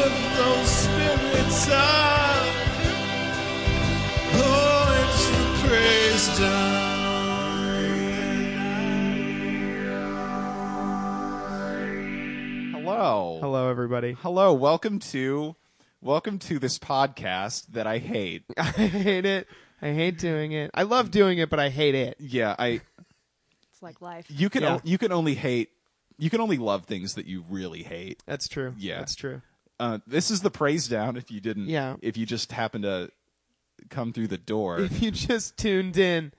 Oh, Hello. Hello, everybody. Hello. Welcome to welcome to this podcast that I hate. I hate it. I hate doing it. I love doing it, but I hate it. Yeah, I It's like life. you can Yeah. o- you can only hate you can only love things that you really hate. That's true. Yeah. That's true. Uh, this is the praise down if you didn't Yeah. if you just happened to come through the door. If you just tuned in,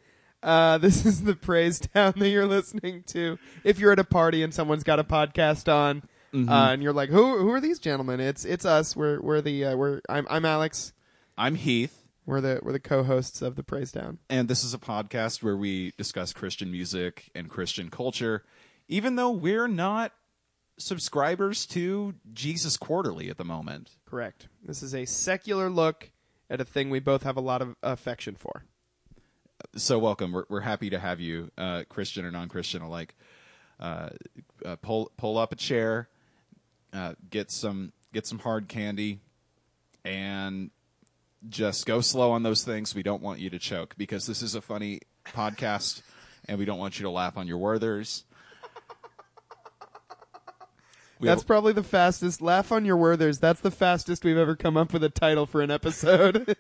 uh, this is the praise town that you're listening to. If you're at a party and someone's got a podcast on, uh, and you're like, "Who who are these gentlemen?" It's it's us. We're we're the uh, we're I'm I'm Alex. I'm Heath We're the we're the co-hosts of the praise down. and this is a podcast where we discuss Christian music and Christian culture even though we're not subscribers to Jesus Quarterly at the moment. Correct. This is a secular look at a thing we both have a lot of affection for. so welcome. We're, we're happy to have you, uh, Christian or non-Christian alike. Uh, uh, pull pull up a chair, uh, get some get some hard candy, and just go slow on those things. We don't want you to choke because this is a funny podcast, and we don't want you to laugh on your Werthers. We that's have- probably the fastest. Laugh on your Werthers. That's the fastest we've ever come up with a title for an episode.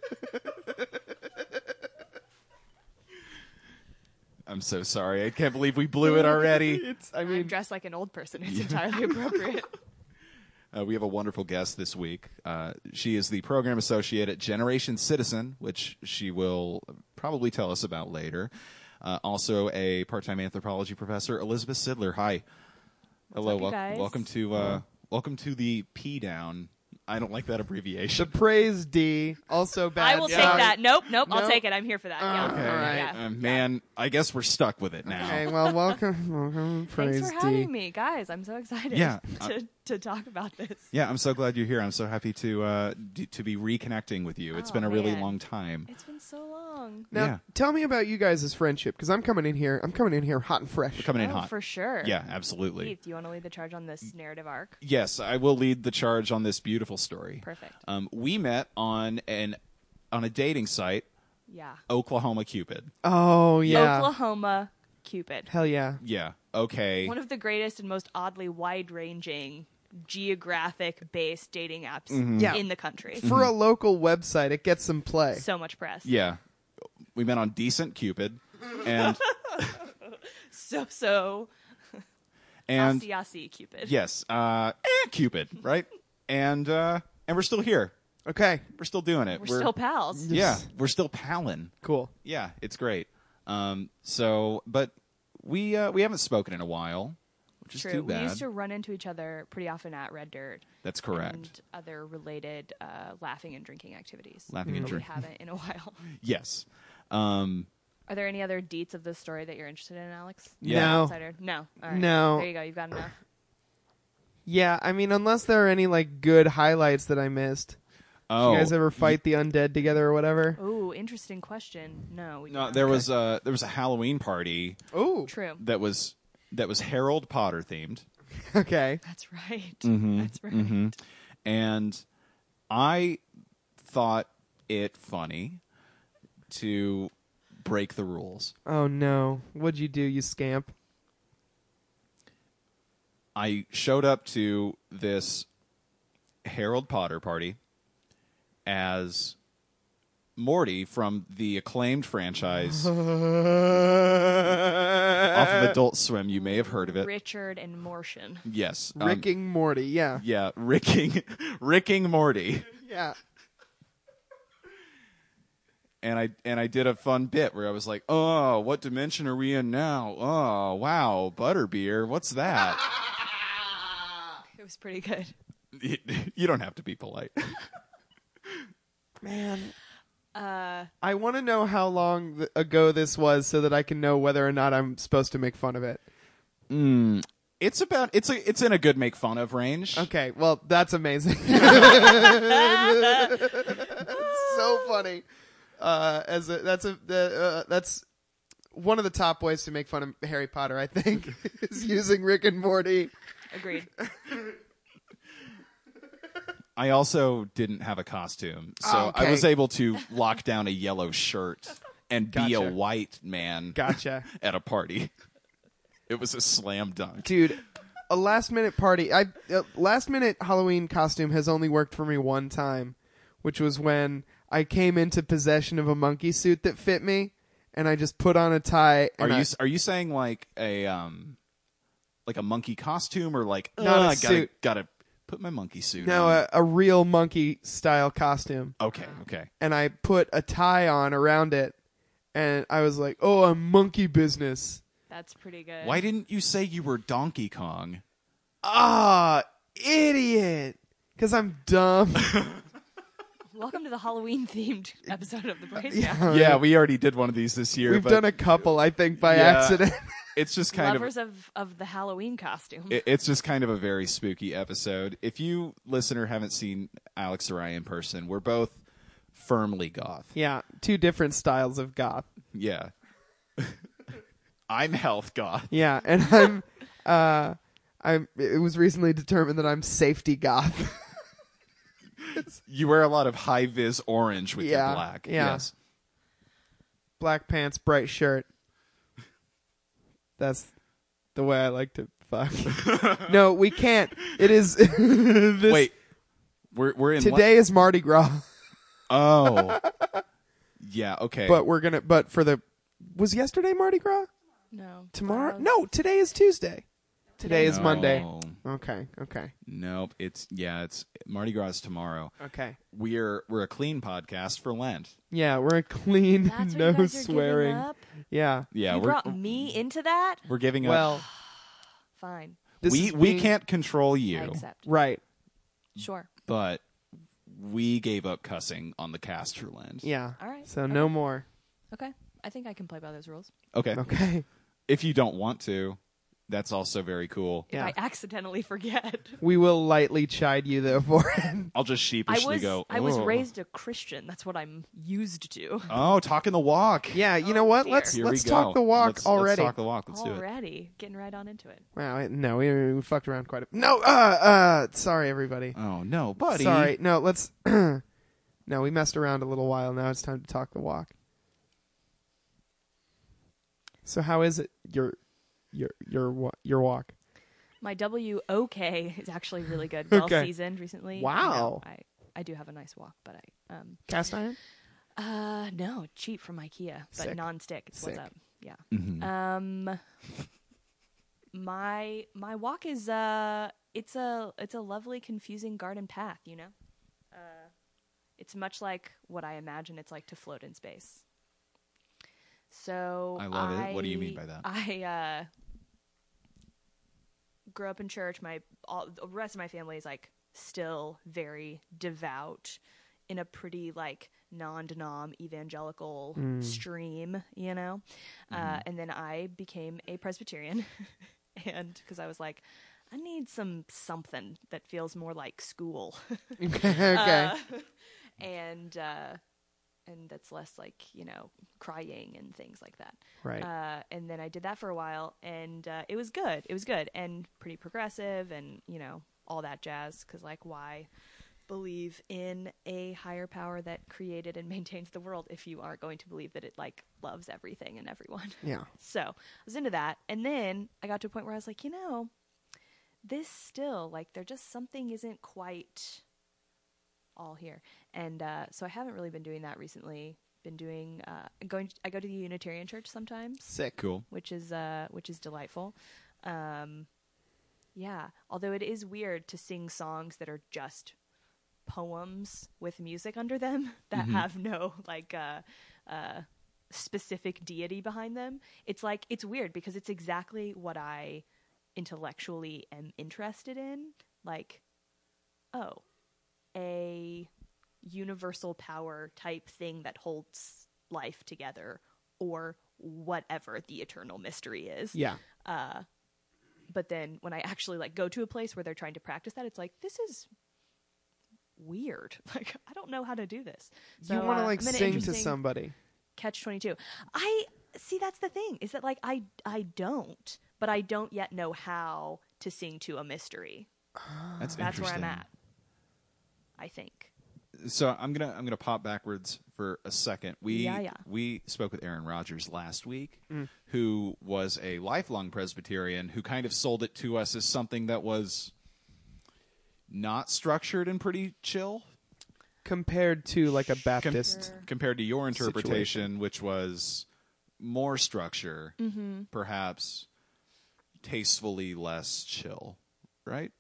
I'm so sorry. I can't believe we blew it already. it's, I I'm mean, dressed like an old person. It's entirely appropriate. Uh, we have a wonderful guest this week. Uh, she is the program associate at Generation Citizen, which she will probably tell us about later. Uh, also, a part-time anthropology professor, Elizabeth Sidler. Hi, hello, up, you wel- guys? welcome to uh, welcome to the P down. I don't like that abbreviation. the praise D also bad. I will job. take that. Nope, nope. No. I'll take it. I'm here for that. yeah. Okay. All right. Yeah. Uh, man, I guess we're stuck with it now. Okay, well, welcome, welcome, praise Thanks for D. having me, guys. I'm so excited Yeah, uh, to, to talk about this. Yeah, I'm so glad you're here. I'm so happy to uh, d- to be reconnecting with you. It's Oh, been a really man. long time. It's been so long. Now, Yeah. tell me about you guys' friendship, because I'm coming in here. I'm coming in here hot and fresh. Coming in oh, hot. for sure. Yeah, absolutely. Heath, do you want to lead the charge on this narrative arc? Yes, I will lead the charge on this beautiful story. Perfect. Um, we met on an on a dating site, Yeah. Oklahoma Cupid. Oh yeah, Oklahoma Cupid. hell yeah. Yeah. Okay. One of the greatest and most oddly wide ranging geographic based dating apps Mm-hmm. Yeah. in the country. For a local website, it gets some play. So much press. yeah. We met on Decent Cupid, and So, so. and Aussie, Aussie Cupid. yes, uh, eh, Cupid, right? And uh, and we're still here. Okay, We're still doing it. We're, still pals. yeah. We're still palin. cool. Yeah, it's great. Um, so, but we uh, we haven't spoken in a while, which is True. too We bad. used to run into each other pretty often at Red Dirt. That's correct. And other related uh, laughing and drinking activities. Laughing and But drink- We haven't in a while. Yes. Um, Are there any other deets of this story that you're interested in, Alex? Yeah. No. Outsider? No. All right. No. There you go. You've got enough. Yeah, I mean, unless there are any like good highlights that I missed. oh, you guys ever fight the undead together or whatever? Oh, interesting question. No. We do No, not. Uh, there was a there was a Halloween party Oh, True. that was that was Harold Potter themed, okay. That's right. mm-hmm, That's right. and I thought it funny to break the rules. Oh no, what'd you do, you scamp? I showed up to this Harold Potter party as Morty from the acclaimed franchise off of Adult Swim. You may have heard of it. Richard and Mortian. Yes, um, Ricking Morty, yeah, Yeah, Ricking, Ricking Morty. yeah. and I and I did a fun bit where I was like, "Oh, what dimension are we in now? Oh, wow, butterbeer, what's that?" It was pretty good. you don't have to be polite. Man, Uh, I want to know how long th- ago this was so that I can know whether or not I'm supposed to make fun of it. It's about it's a it's in a good make fun of range. Okay, well, that's amazing. so funny. Uh, as a, that's a the, uh, that's one of the top ways to make fun of Harry Potter, I think, is using Rick and Morty. agreed. I also didn't have a costume, so Ah, Okay. I was able to lock down a yellow shirt and be a Gotcha. white man Gotcha, at a party. It was a slam dunk. dude. a last minute party. I a last minute Halloween costume has only worked for me one time, which was when I came into possession of a monkey suit that fit me, and I just put on a tie. Are And you I, are you saying like a um like a monkey costume or like Not "Ugh, a I gotta suit. gotta put my monkey suit no on. a, a real monkey style costume? okay, okay. and I put a tie on around it, and I was like, "Oh, I'm monkey business." That's pretty good. Why didn't you say you were Donkey Kong? Ah, idiot! Because I'm dumb. Welcome to the Halloween themed episode of the Brace. yeah, Yeah, we already did one of these this year, we've but done a couple, I think, by Yeah. accident. it's just kind of Lovers of, of the Halloween costume. it- it's just kind of a very spooky episode. If you listener haven't seen Alex or I in person, we're both firmly goth. yeah, two different styles of goth. Yeah. I'm health goth. Yeah, and I'm, uh, I'm. It was recently determined that I'm safety goth. You wear a lot of high vis orange with Yeah, your black. yeah. Yes. Black pants, bright shirt. That's the way I like to fuck. no, we can't. It is. this, Wait. We're we're in today is Mardi Gras. Oh. yeah, okay. but we're gonna but for the was yesterday mardi gras no. tomorrow Uh, no today is tuesday today is No. monday okay okay Oh, Nope, it's yeah, it's Mardi Gras is tomorrow. okay We're we're a clean podcast for Lent. yeah we're a clean That's what no you guys are swearing Giving up? yeah Yeah, you we're brought me into that? we're giving up. well Fine. this we is we being- can't control you, I accept. right Sure. but we gave up cussing on the cast for Lent. yeah All right. so Okay. no more Okay. I think I can play by those rules. Okay. okay If you don't want to, that's also very cool. Yeah. If I accidentally forget. we will lightly chide you though for it I'll just I sheepishly was go. I was "Oh." raised a Christian. That's what I'm used to. Oh, talking the walk. yeah you Oh, know what dear. let's Here let's we go. talk the walk Let's- already Let's talk the walk. Let's do it. Already getting right on into it. wow I- no we, we fucked around quite a no uh uh sorry everybody Oh no, buddy. Sorry. No, let's. no, we messed around a little while. Now it's time to talk the walk. So how is it your your your wa- your walk? My WOK is actually really good. Well Okay. seasoned recently. I know Wow. I, I do have a nice walk, but I um Cast iron. uh no, cheap from IKEA, but Sick. non-stick. It's Sick. what's up. Yeah. Mm-hmm. Um my my walk is uh it's a it's a lovely confusing garden path, you know. Uh it's much like what I imagine it's like to float in space. So I love it. What do you mean by that? I uh grew up in church. My all the rest of my family is like still very devout in a pretty like non-denom evangelical stream, you know. Uh, Mm-hmm. and then I became a Presbyterian, and because I was like, I need some something that feels more like school, okay. okay. Uh, and uh, and that's less like you know crying and things like that. right. Uh, and then I did that for a while, and uh, it was good. It was good and pretty progressive, and you know all that jazz. Because like, why believe in a higher power that created and maintains the world if you aren't going to believe that it like loves everything and everyone? yeah. So I was into that, and then I got to a point where I was like, you know, this still like there just something isn't quite all here, and uh, so I haven't really been doing that recently. Been doing uh, going. I go to the Unitarian Church sometimes Sick. Cool. which is uh which is delightful. Um yeah, although it is weird to sing songs that are just poems with music under them that have no like uh uh specific deity behind them. It's like it's weird because it's exactly what I intellectually am interested in, like oh, a universal power type thing that holds life together or whatever the eternal mystery is. Yeah. uh, But then when I actually like go to a place where they're trying to practice that, it's like this is weird. Like I don't know how to do this. So, you want uh, to like I'm in an sing to interesting somebody. Catch 22. I see that's the thing is that like I I don't, but I don't yet know how to sing to a mystery. That's That's where I'm interesting. at. I think. so I'm gonna I'm gonna pop backwards for a second. We Yeah, yeah. we spoke with Aaron Rodgers last week, who was a lifelong Presbyterian who kind of sold it to us as something that was not structured and pretty chill compared to like a com- Baptist. compared to your interpretation, which was more structure, Mm-hmm. perhaps tastefully less chill, right?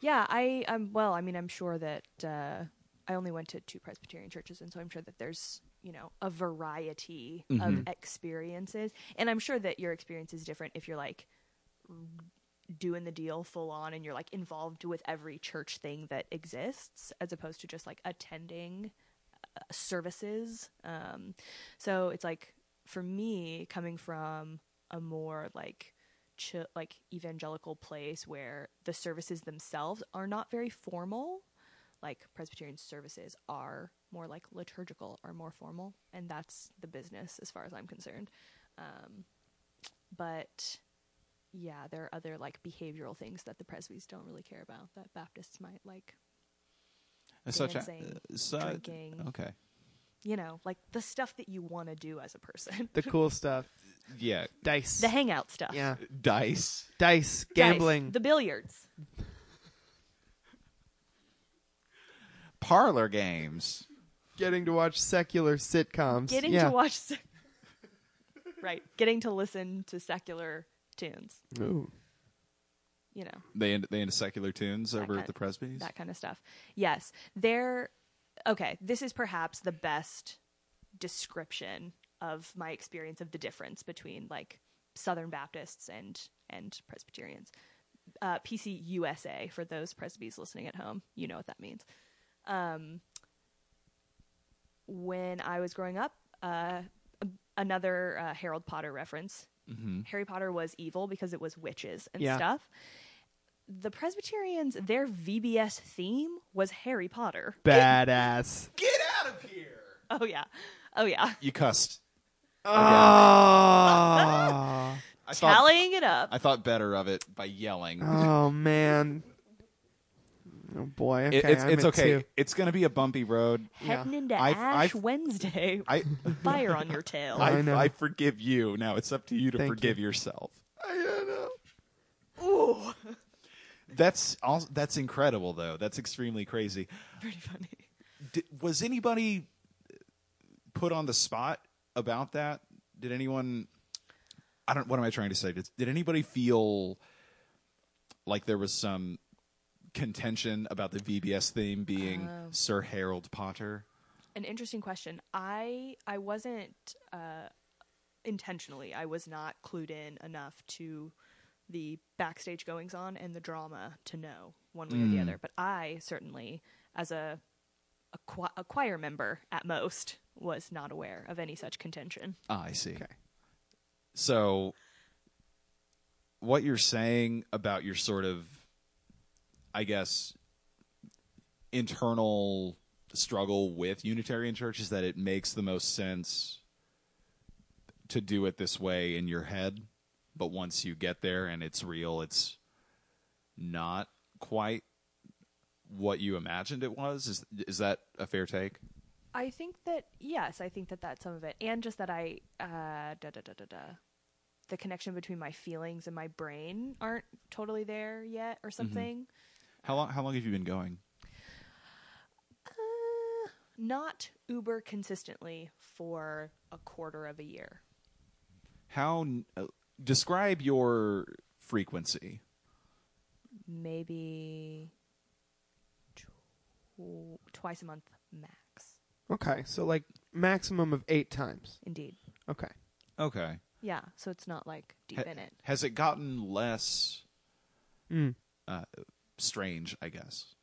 Yeah, I um well, I mean, I'm sure that uh, I only went to two Presbyterian churches, and so I'm sure that there's you know a variety of experiences, and I'm sure that your experience is different if you're like doing the deal full on and you're like involved with every church thing that exists as opposed to just like attending uh, services um so it's like for me coming from a more like chi- like evangelical place where the services themselves are not very formal like presbyterian services are more like liturgical or more formal and that's the business as far as i'm concerned um but yeah, there are other like behavioral things that the Presbys don't really care about that Baptists might like, And Such, a- Dancing, uh, such drinking. Okay. you know, like the stuff that you want to do as a person. The cool stuff. Yeah. Dice. the hangout stuff. yeah. Dice. Dice. Dice, Gambling. the billiards. Parlor games. Getting to watch secular sitcoms. Getting yeah. to watch se- Right, getting to listen to secular tunes, Ooh. you know. They into, they into secular tunes over kind at the of- Presbys. that kind of stuff. Yes, there. Okay, this is perhaps the best description of my experience of the difference between like Southern Baptists and and Presbyterians. Uh, PCUSA for those Presbys listening at home, you know what that means. Um, when I was growing up, uh, another uh, Harold Potter reference. Mm-hmm. Harry Potter was evil because it was witches and Yeah. stuff the Presbyterians, their VBS theme was Harry Potter. Badass. Get out of here! Oh yeah, oh yeah, You cussed. Oh. I thought, tallying it up. I thought better of it by yelling. oh man. Oh boy. Okay. It- it's I'm it's at okay. two. It's gonna be a bumpy road. Heading into I've- Ash I've- Wednesday, I fire on your tail. I, I know. I forgive you. Now it's up to you to Thank you. forgive yourself. Ooh, That's all. That's incredible, though. That's extremely crazy. pretty funny. Did, was anybody put on the spot about that? Did anyone? I don't. What am I trying to say? Did, did anybody feel like there was some contention about the VBS theme being Sir Harold Potter? An interesting question. I I wasn't uh, intentionally. I was not clued in enough to the backstage goings on and the drama to know one way or the other. But I certainly, as a a, qu- a choir member at most, was not aware of any such contention. Ah, I see. Okay. So, what you're saying about your sort of, I guess, internal struggle with Unitarian Church is that it makes the most sense to do it this way in your head, but once you get there and it's real, it's not quite what you imagined it was. Is is that a fair take? I think that yes, I think that that's some of it, and just that I uh, da da da da da, the connection between my feelings and my brain aren't totally there yet, or something. How long how long have you been going? Uh, not uber consistently for a quarter of a year. how uh, describe your frequency Maybe tw- twice a month max. Okay. So like maximum of eight times. Indeed. Okay. okay Yeah. So it's not like deep Ha- in it. has it gotten less Mm. strange i guess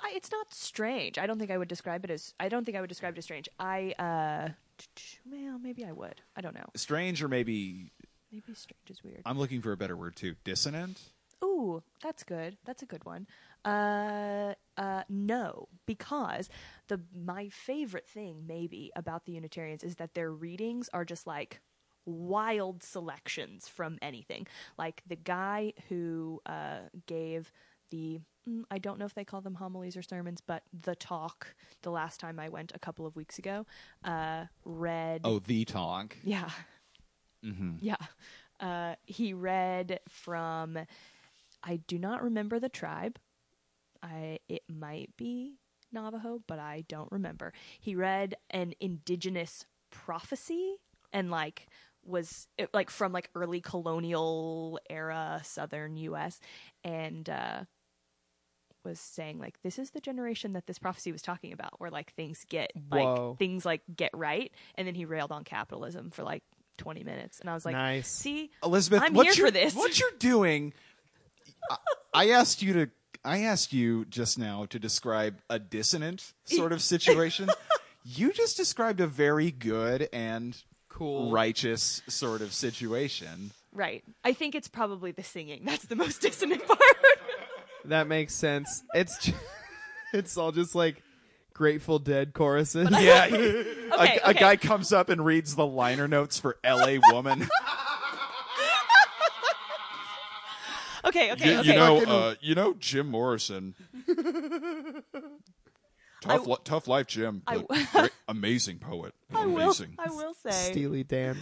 I, it's not strange. I don't think I would describe it as. I don't think I would describe it as strange. I uh, t- t- well, maybe I would. I don't know. strange or maybe Maybe strange is weird. i'm looking for a better word too dissonant Ooh, that's good. That's a good one. Uh, uh, no, because the my favorite thing maybe about the Unitarians is that their readings are just like wild selections from anything. Like the guy who uh, gave the mm, I don't know if they call them homilies or sermons, but the talk. The last time I went a couple of weeks ago, uh, read. Oh, the talk. Yeah. Yeah. Uh, he read from, I do not remember the tribe. I It might be Navajo, but I don't remember. He read an indigenous prophecy and, like, was it, like from like early colonial era southern US and uh was saying like this is the generation that this prophecy was talking about where like things get Whoa. like things like get right and then he railed on capitalism for like 20 minutes and i was like Nice. see Elizabeth, i'm what here you're, for this What you're doing? I, I asked you to. I asked you just now to describe a dissonant sort of situation. you just described a very good and Cool. righteous sort of situation. right i think it's probably the singing that's the most dissonant part That makes sense. It's ju- it's all just like Grateful Dead choruses. Yeah, okay, a, okay. guy comes up and reads the liner notes for "L.A. Woman." okay okay okay uh, you know Jim Morrison. I w- li- tough life, Jim. I but w- great- amazing poet. I will, I will say Steely Dan.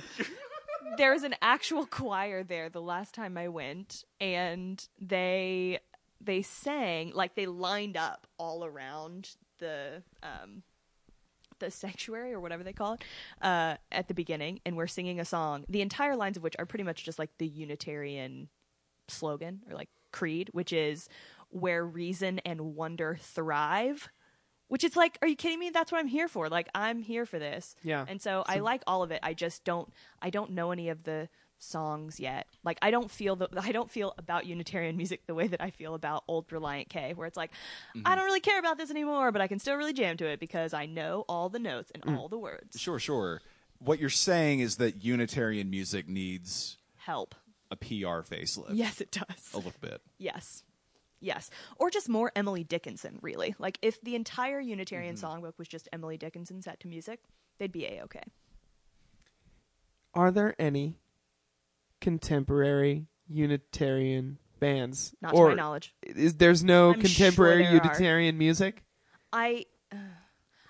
there was an actual choir there the last time I went, and they they sang like they lined up all around the um the sanctuary or whatever they call it uh at the beginning and we're singing a song the entire lines of which are pretty much just like the unitarian slogan or like creed which is where reason and wonder thrive which it's like are you kidding me that's what i'm here for like i'm here for this Yeah. and so i like all of it i just don't i don't know any of the songs yet like i don't feel the i don't feel about unitarian music the way that i feel about old reliant k where it's like i Mm-hmm. don't really care about this anymore but i can still really jam to it because i know all the notes and Mm. all the words Sure, sure. What you're saying is that Unitarian music needs help a PR facelift. yes it does A little bit. Yes. Yes. Or just more Emily Dickinson, really. Like, if the entire Mm-hmm. Unitarian songbook was just Emily Dickinson set to music, they'd be A OK. Are there any contemporary Unitarian bands? Not Or to my knowledge. Is, there's no I'm contemporary sure there are. Unitarian music? I. Uh,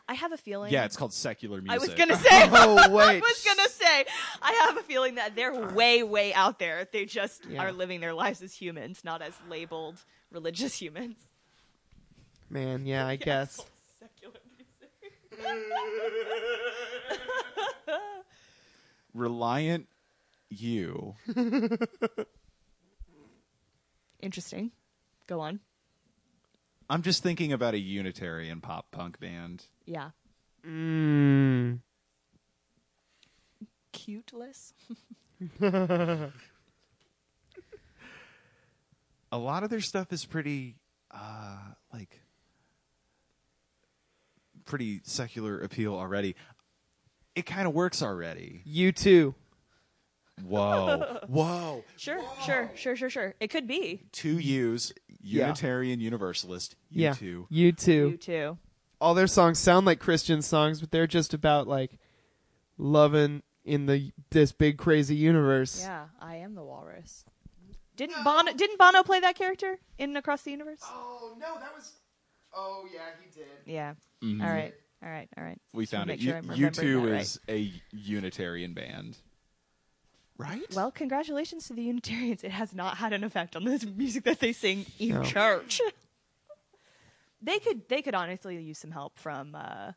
I have a feeling. Yeah, it's called secular music. I was gonna say. Oh, I wait. was gonna say. I have a feeling that they're way, way out there. They just Yeah. are living their lives as humans, not as labeled religious humans. Man, yeah, I guess. Secular music. Reliant you. Interesting. Go on. I'm just thinking about a Unitarian pop punk band. Yeah. Mm. Cuteless. A lot of their stuff is pretty, uh, like, pretty secular appeal already. It kind of works already. You too. Whoa. Whoa. Sure, sure, sure, sure, sure. It could be. Two U's, Yeah. Unitarian Universalist. You yeah. two. You too. You too. all their songs sound like Christian songs, but they're just about like loving in the this big crazy universe. Yeah, I am the walrus. Didn't Bono didn't Bono play that character in Across the Universe? Oh no, that was. Oh yeah, he did. Yeah. All right. All right. All right. We Just wanna found it. make sure U- I'm U remembering two that right. is a Unitarian band, right? Well, congratulations to the Unitarians. It has not had an effect on the music that they sing in No. church. they could they could honestly use some help from uh,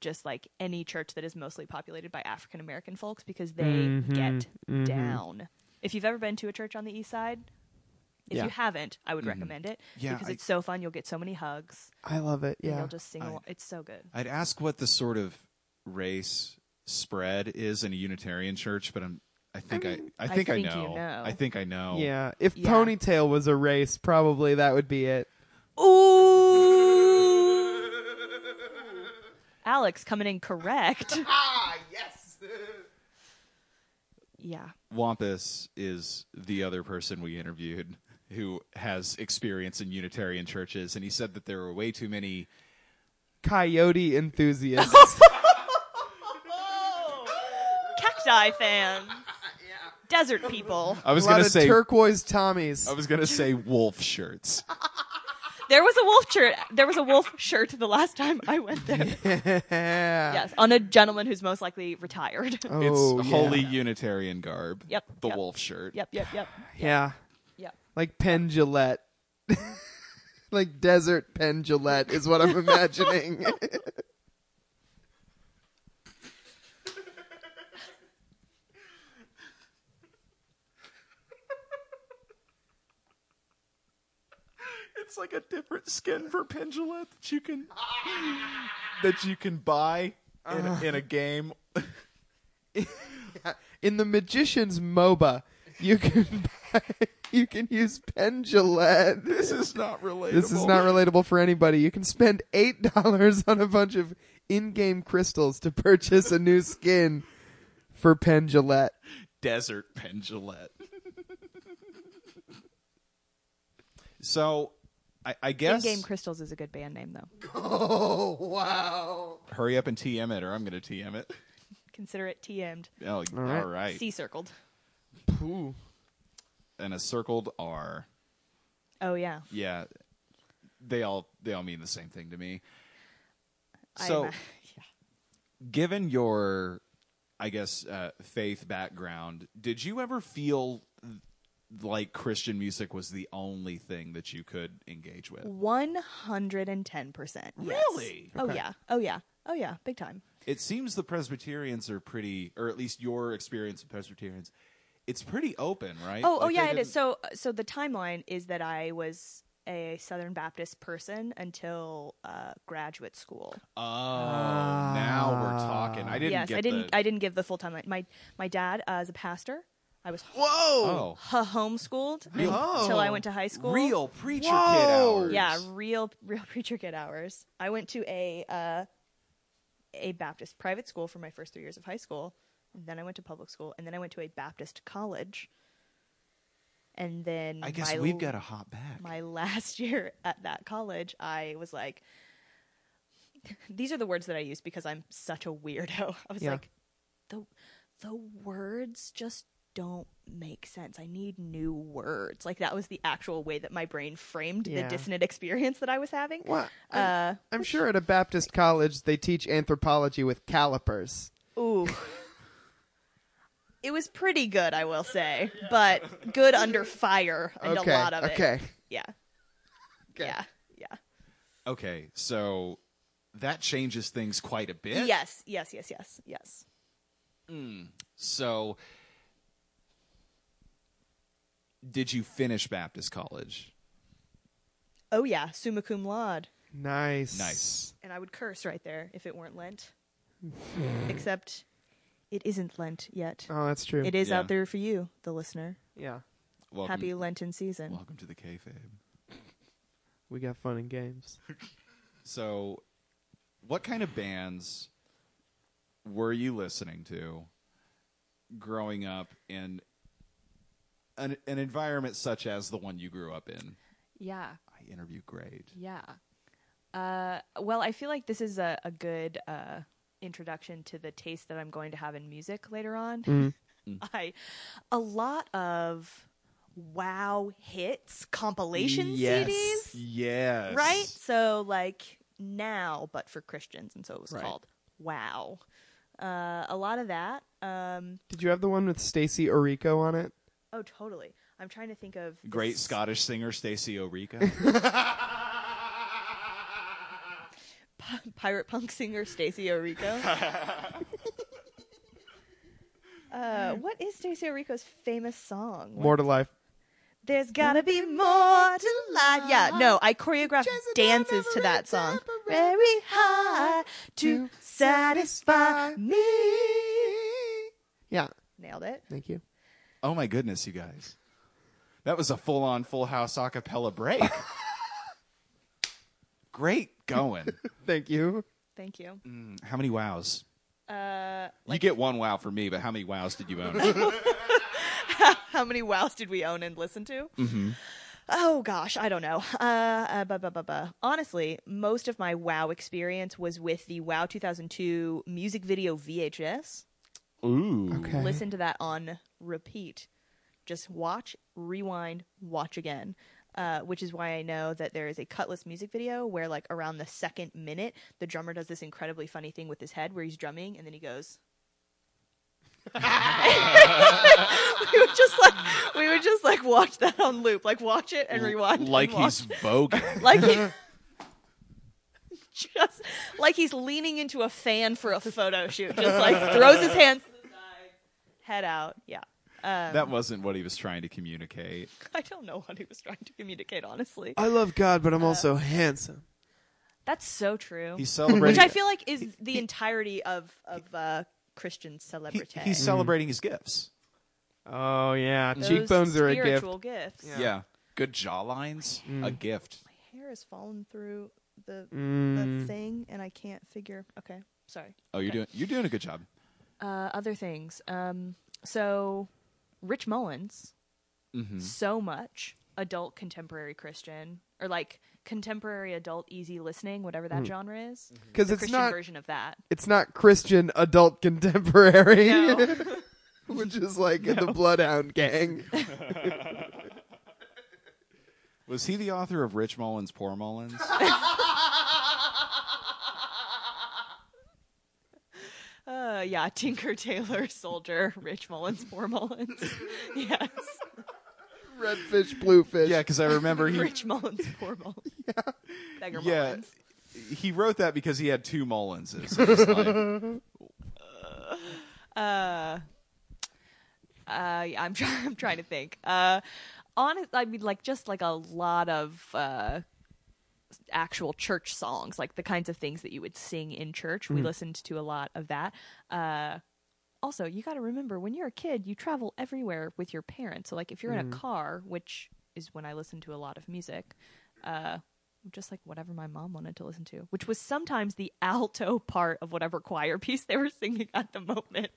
just like any church that is mostly populated by African American folks because they Mm-hmm. get down. If you've ever been to a church on the East Side, if Yeah. Mm-hmm. you haven't, I would recommend it Yeah, because I- it's so fun. You'll get so many hugs. I love it. and Yeah. you'll just sing. I- along. It's so good. I'd ask what the sort of race spread is in a Unitarian church, but I'm. I think I. I, I think I think you know. know. I think I know. yeah. If Yeah. Ponytail was a race, probably that would be it. Alex coming in correct. Ah yes. yeah. Wampus is the other person we interviewed who has experience in Unitarian churches, and he said that there were way too many. Coyote enthusiasts. Cacti fan. Desert people. I was a lot gonna of say. turquoise Tommies. I was gonna say wolf shirts. There was a wolf shirt. There was a wolf shirt the last time I went there. Yes, on a gentleman who's most likely retired. Oh, it's yeah. holy Unitarian garb. Yep, The yep. wolf shirt. Yep, yep, yep, Yeah. yep. Like Penn Gillette. like desert Penn Gillette is what I'm imagining. It's like a different skin for Pendulette that you can that you can buy in, Uh. a in a game. In the Magician's MOBA, you can buy, you can use Penn Gillette. This is not relatable. This is not relatable for anybody. You can spend eight dollars on a bunch of in-game crystals to purchase a new skin for Penn Gillette. desert Pendulette. so, I, I guess In Game Crystals is a good band name, though. Oh wow! hurry up and TM it, or I'm going to TM it. Consider it TM'd, Oh, all right. right. C circled. Ooh. And a circled R. Oh yeah, Yeah, they all they all mean the same thing to me. I So, ima- yeah. given your, I guess, uh, faith background, did you ever feel like Christian music was the only thing that you could engage with? One hundred and ten percent. Really? Oh Okay. yeah. Oh yeah. Oh yeah. Big time. It seems the Presbyterians are pretty, or at least your experience with Presbyterians, it's pretty open, right? Oh, oh Like, they yeah, it is. didn't- So, so the timeline is that I was a Southern Baptist person until uh, graduate school. Oh, now we're talking. I didn't yes, get I didn't. the- I didn't give the full timeline. My my dad uh, is a pastor. I was Whoa! oh, ha- homeschooled Oh. until I went to high school. real preacher kid Whoa. hours. yeah, real real preacher kid hours. I went to a uh, a Baptist private school for my first three years of high school, and then I went to public school, and then I went to a Baptist college, and then I guess my we've got to hop back. my last year at that college, I was like, these are the words that I use because I'm such a weirdo. I was Yeah. like, the the words just don't make sense. I need new words. Like that was the actual way that my brain framed Yeah. the dissonant experience that I was having. Well, I'm, Uh, I'm sure at a Baptist college they teach anthropology with calipers. ooh. It was pretty good, I will say, but good under fire and okay. a lot of it. okay. Yeah. Okay. Yeah. Yeah. Okay, so that changes things quite a bit. Yes. Yes. Yes. Yes. Yes. So, did you finish Baptist college? Oh yeah, summa cum laude. Nice. Nice. And I would curse right there if it weren't Lent. Except it isn't Lent yet. Oh, that's true. It is Yeah. out there for you, the listener. Yeah. Welcome, Happy Lenten season. welcome to the kayfabe. We got fun and games. So, what kind of bands were you listening to growing up in an, an environment such as the one you grew up in? Yeah. I interview grade. Yeah. Uh, well, I feel like this is a, a good uh, introduction to the taste that I'm going to have in music later on. Mm-hmm. Mm. I a lot of wow hits compilation CDs. Yes. right? So like now, but for Christians, and so it was Right. called Wow. Uh, a lot of that. Um, Did you have the one with Stacy Orico on it? oh, totally. I'm trying to think of Great this- Scottish singer Stacey Orica. P- pirate punk singer Stacy Orico. uh, what is Stacy Orico's famous song? More to life. There's gotta be more to life. Yeah, no, I choreographed dances to that song. Very high to satisfy me. Yeah. Nailed it. Thank you. oh my goodness, you guys. That was a full on full house a cappella break. Great going. Thank you. Thank you. Mm, How many wows? Uh, you get one wow from me, but how many wows did you own? how many wows did we own and listen to? Oh gosh, I don't know. Uh, uh, buh, buh, buh, buh. Honestly, most of my wow experience was with the Wow 2002 music video VHS. Ooh. Okay. Listen to that on repeat. Just watch, rewind, watch again. uh, which is why I know that there is a Cutlass music video where, like, around the second minute, the drummer does this incredibly funny thing with his head where he's drumming and then he goes. we would just like we would just like watch that on loop, like watch it and rewind, and like watch. he's voguing. like he- just like he's leaning into a fan for a photo shoot. Just like throws his hands to the side, head out. Yeah. Um, that wasn't what he was trying to communicate. I don't know what he was trying to communicate, honestly. I love God, Uh, but I'm also handsome. That's so true. He's celebrating. Which I feel like is the entirety of of uh, Christian he- celebrity. he's celebrating his gifts. Oh yeah, Those cheekbones are a gift. spiritual gifts. Yeah. Good jaw lines. A gift. My hair is falling through the, the Mm. thing, and I can't figure. Okay, sorry. Oh, you're Okay. doing you're doing a good job. uh, other things. Um, so, Rich Mullins, Mm-hmm. so much adult contemporary Christian, or like contemporary adult easy listening, whatever Mm-hmm. that genre is. Because The it's Christian not version of that. it's not Christian adult contemporary, No. which is like the Bloodhound Gang. Was he the author of Rich Mullins, Poor Mullins? Uh, yeah, Tinker Tailor Soldier, Rich Mullins, Poor Mullins. yes, Redfish, bluefish. yeah, because I remember he Rich Mullins, Poor Mullins. Beggar yeah Mullins. he wrote that because he had two Mullinses. It was like- uh, yeah, I'm trying. I'm trying to think. Uh, honest, I mean, like just like a lot of uh, actual church songs, like the kinds of things that you would sing in church. Hmm. We listened to a lot of that. Uh, also, you got to remember when you're a kid, you travel everywhere with your parents. So, like if you're Hmm. in a car, which is when I listen to a lot of music. Uh, just like whatever my mom wanted to listen to, which was sometimes the alto part of whatever choir piece they were singing at the moment.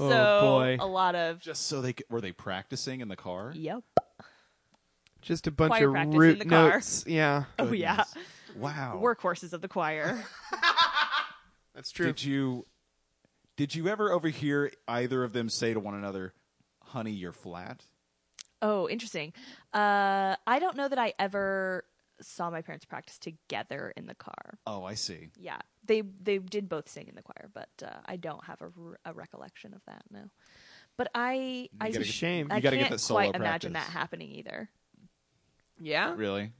Oh, so boy. a lot of just so they could, were they practicing in the car? Yep. just a bunch Choir of practice in root the car. notes. Yeah, Oh yeah. Goodness. Wow. Workhorses of the choir. that's Did you did you ever overhear either of them say to one another, "Honey, you're flat"? oh, interesting. Uh, I don't know that I ever saw my parents practice together in the car. Oh, I see. Yeah, they they did both sing in the choir, but uh, I don't have a, re- a recollection of that. No, but I I, gotta It's a shame. I you gotta get can't that solo quite imagine that practice. happening either. yeah. Really?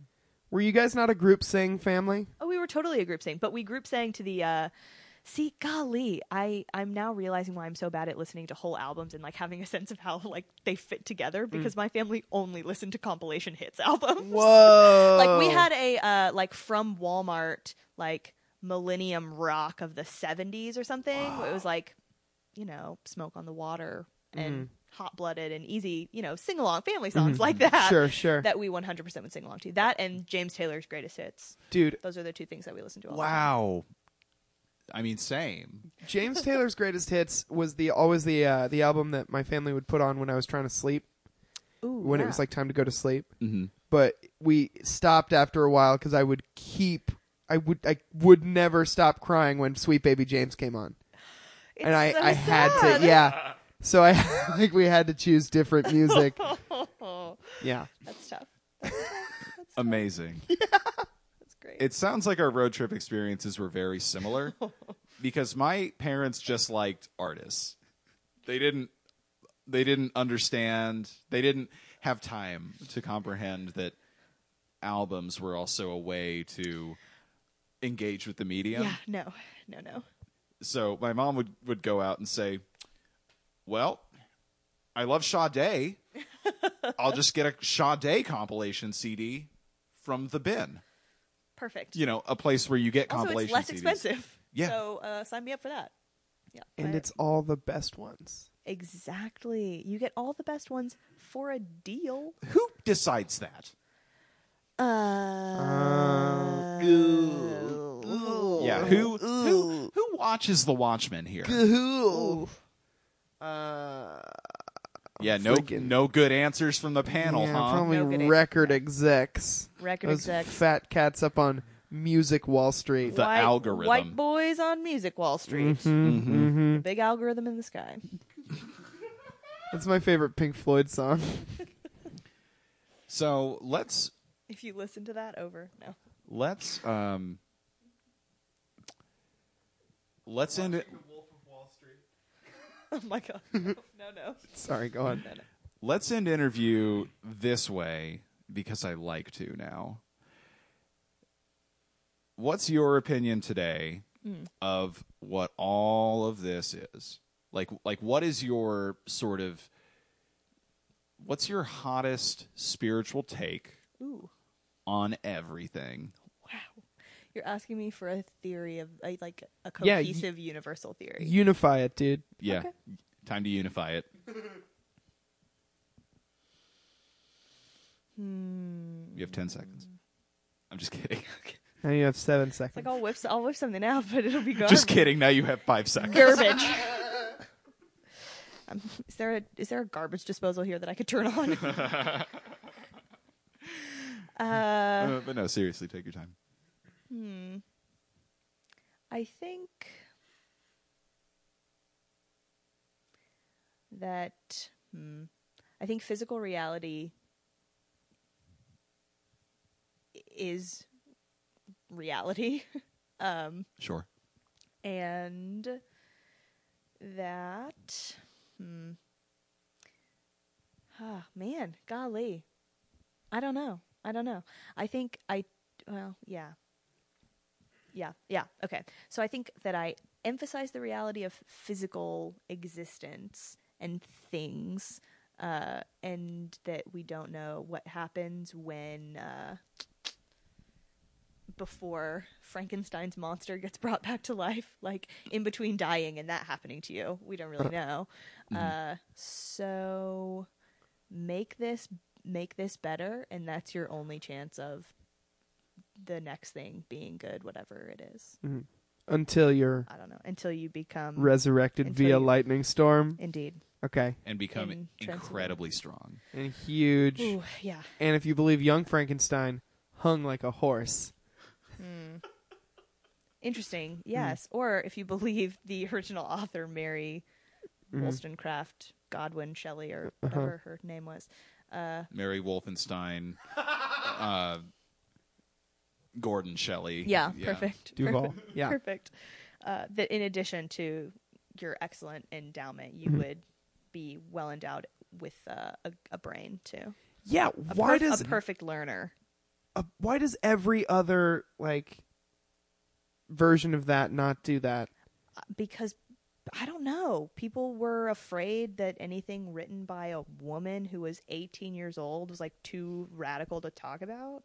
Were you guys not a group sing family? Oh, we were totally a group sang, but we group sang to the. Uh, See, golly, I I'm now realizing why I'm so bad at listening to whole albums and like having a sense of how like they fit Mm. together because my family only listened to compilation hits albums. Whoa! like we had a uh, like from Walmart like Millennium Rock of the '70s or something. It was like you know Smoke on the Water and Mm-hmm. Hot Blooded and Easy, you know, sing along family songs like that. Sure, sure. That we 100% would sing along to. That and James Taylor's greatest hits. dude. Those are the two things that we listen to. All the time. Wow. I mean, same. James Taylor's greatest hits was the always the uh, the album that my family would put on when I was trying to sleep Ooh, when it yeah. was like time to go to sleep. Mhm. But we stopped after a while because I would keep I would I would never stop crying when Sweet Baby James came on, It's and I so I had sad. to yeah. So I like we had to choose different music. yeah, That's tough. Amazing. That's great. It sounds like our road trip experiences were very similar because my parents just liked artists. They didn't they didn't understand. They didn't have time to comprehend that albums were also a way to engage with the medium. yeah. No. No. No. So my mom would would go out and say, "Well, I love Sade. I'll just get a Sade compilation CD from the bin." Perfect. you know, a place where you get also, compilation it's less CDs. expensive. Yeah. So uh, sign me up for that. Yeah. and I- it's all the best ones. Exactly. You get all the best ones for a deal. Who decides that? Uh, yeah, who who who watches the Watchmen here? Who? Uh, yeah, no Freaking- no good answers from the panel, yeah, huh? probably No good answer. record execs. Record Those execs. fat cats up on Music Wall Street. The white, algorithm. White boys on Music Wall Street. Mhm. Big algorithm in the sky. That's my favorite Pink Floyd song. So let's If you listen to that over, no. Let's um let's end it Oh my god. No, no, no. Sorry, go on. let's end interview this way because I like to now. What's your opinion today Hmm. of what all of this is? Like like what is your sort of what's your hottest spiritual take Ooh. on everything? Wow. You're asking me for a theory of a, like a Yeah, y- cohesive universal theory. Unify it, dude. Yeah. Okay. Time to unify it. Hmm. You have 10 seconds. I'm just kidding. Now you have seven It's like seconds. I'll whip I'll whip something out, but it'll be gone. Just kidding. Now you have 5 seconds. garbage. um, is there a is there a garbage disposal here that I could turn on? uh, Uh, but no, seriously, take your time. hmm. I think that hmm, I think physical reality i- is reality. um, Sure. and that hmm ah man golly i don't know i don't know i think i well yeah yeah yeah okay so i think that i emphasize the reality of physical existence and things uh and that we don't know what happens when uh before Frankenstein's monster gets brought back to life, like in between dying and that happening to you. We don't really know. Uh, so make this make this better, and that's your only chance of the next thing being good, whatever it is. Until you're I don't know until you become resurrected Until via you- lightning storm. indeed. Okay. And become In Transylvania. incredibly strong. And huge. Ooh, yeah. And if you believe young Frankenstein hung like a horse. Interesting. Yes. Or if you believe the original author, Mary Wollstonecraft, Godwin Shelley, or whatever her name was. uh, Mary Wolfenstein, uh, Gordon Shelley. Yeah, perfect. Duval. Perfect. Yeah. Perfect. Uh, that in addition to your excellent endowment, you Mm-hmm. would be well endowed with uh, a, a brain too. Yeah. A Why perf- does a perfect learner? uh, why does every other like version of that not do that? Because I don't know, people were afraid that anything written by a woman who was 18 years old was like too radical to talk about.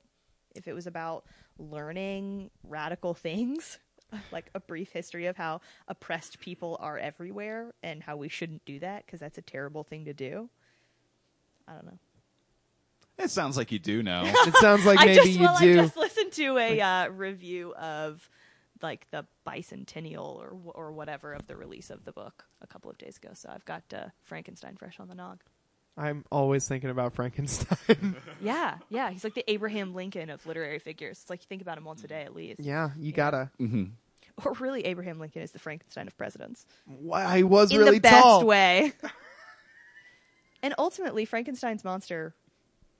If it was about learning radical things, like a brief history of how oppressed people are everywhere and how we shouldn't do that because that's a terrible thing to do. I don't know. It sounds like you do know. It sounds like I maybe just you well, do. I just listened to a uh, review of like the bicentennial or wh- or whatever of the release of the book a couple of days ago. So I've got uh, Frankenstein fresh on the nog. I'm always thinking about Frankenstein. Yeah, yeah, he's like the Abraham Lincoln of literary figures. It's like you think about him once a day at least. yeah, you gotta. Or really, Abraham Lincoln is the Frankenstein of presidents Wow, he was in really the best tall. way. and ultimately, Frankenstein's monster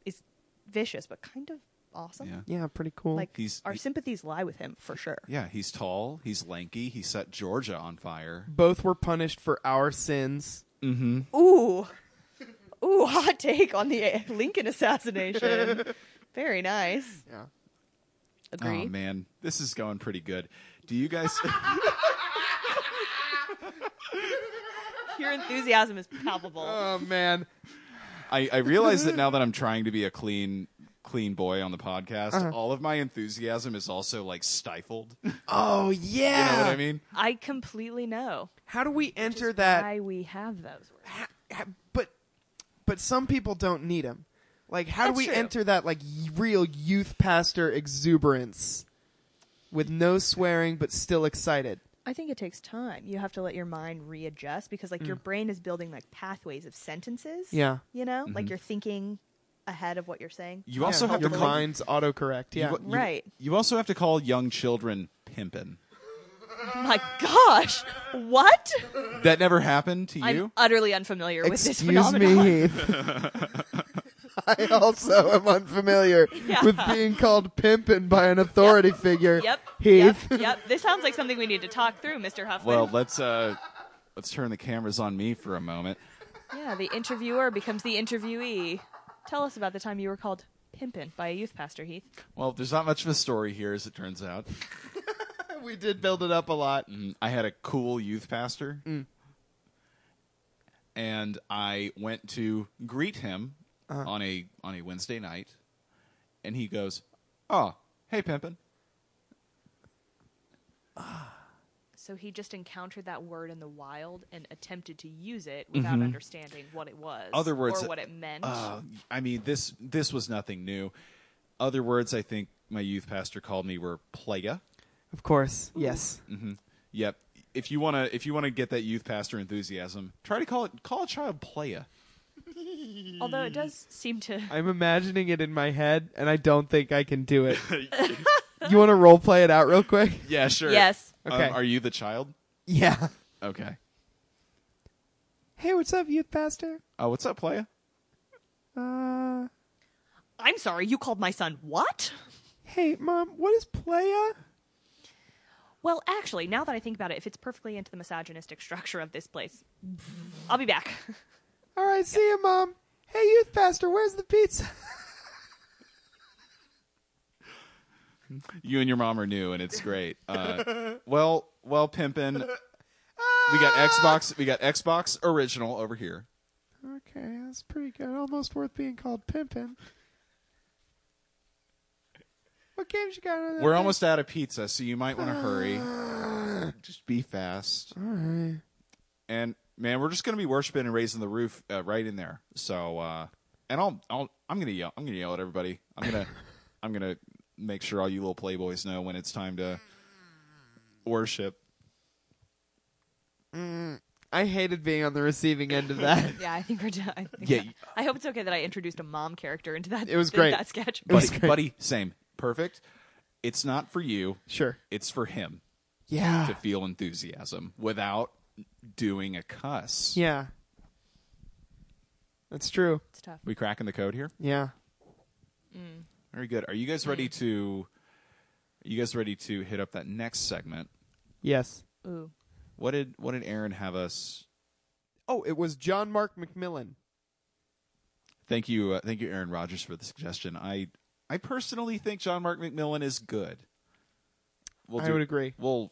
is vicious but kind of awesome. Yeah. Yeah, pretty cool. Like He's- our he- sympathies lie with him for sure. Yeah, he's tall. He's lanky. He set Georgia on fire. both were punished for our sins. Mm-hmm. Ooh. Ooh, hot take on the uh, Lincoln assassination. Very nice. Yeah. Agree. Oh, man. This is going pretty good. Do you guys. Your enthusiasm is palpable. Oh man. I, I realize that now that I'm trying to be a clean clean boy on the podcast, Uh-huh. all of my enthusiasm is also like stifled. You Oh yeah. know what I mean? I completely know. How do we enter that? why we have those words. ha- ha- but but some people don't need him. Like, how do That's we true. enter that like y- real youth pastor exuberance with no swearing but still excited? I think it takes time. You have to let your mind readjust because like Mm. your brain is building like pathways of sentences. Yeah. You know? Like you're thinking ahead of what you're saying. Mm-hmm. You also Yeah, have your to call- mind's autocorrect. Yeah, You- you- Right. You also have to call young children pimpin'. My gosh. What? That never happened to I'm you? utterly unfamiliar with this excuse phenomenon. me. Heath. I also am unfamiliar Yeah. with being called pimpin' by an authority figure. Yep. Heath. Yep. Yep. This sounds like something we need to talk through, Mr. Huffman. Well, let's uh, let's turn the cameras on me for a moment. yeah, the interviewer becomes the interviewee. Tell us about the time you were called pimpin' by a youth pastor, Heath. Well, there's not much of a story here, as it turns out. We did build it up a lot. Mm, I had a cool youth pastor, and I went to greet him on a on a Wednesday night, and he goes, "Oh, hey, pimpin." So he just encountered that word in the wild and attempted to use it without understanding what it was Mm-hmm. Other words- or what it meant. Uh, I mean this this was nothing new. Other words I think my youth pastor called me were playa. Of course. Yes. Yep. If you wanna if you wanna get that youth pastor enthusiasm, try to call it call a child playa. Although it does seem to I'm imagining it in my head, and I don't think I can do it. you want to role play it out real quick? Yeah, sure. Yes. Um, Okay. are you the child? Yeah. Okay. Hey, what's up, youth pastor? Oh, what's up, playa? Uh, I'm sorry, you called my son what? hey, mom, what is playa? Well, actually, now that I think about it, it fits perfectly into the misogynistic structure of this place. I'll be back. All right, see you, mom. Hey, youth pastor, where's the pizza? You and your mom are new, and it's great. Uh, well, well, pimpin. We got Xbox. We got Xbox original over here. okay, that's pretty good. Almost worth being called pimpin'. What games you got on that? We're thing? almost out of pizza, so you might want to hurry. Just be fast. All right. and man, we're just gonna be worshiping and raising the roof uh, right in there. So, uh, and I'll, I'll, I'm gonna yell, I'm gonna yell at everybody. I'm gonna, I'm gonna make sure all you little playboys know when it's time to worship. I hated being on the receiving end of that. it Yeah, I think we're done. I, think Yeah, you- I hope it's okay that I introduced a mom character into that. It was into great. That sketch. was Buddy, great. buddy, same, perfect. It's not for you. Sure. It's for him Yeah. to feel enthusiasm without doing a cuss. Yeah. That's true. It's tough. We cracking the code here. Yeah. Very good. Are you guys ready to? Are you guys ready to hit up that next segment? Yes. Ooh. What did What did Aaron have us Oh, it was John Mark McMillan. Thank you, uh, thank you, Aaron Rodgers, for the suggestion. I, I personally think John Mark McMillan is good. We'll I would agree. We'll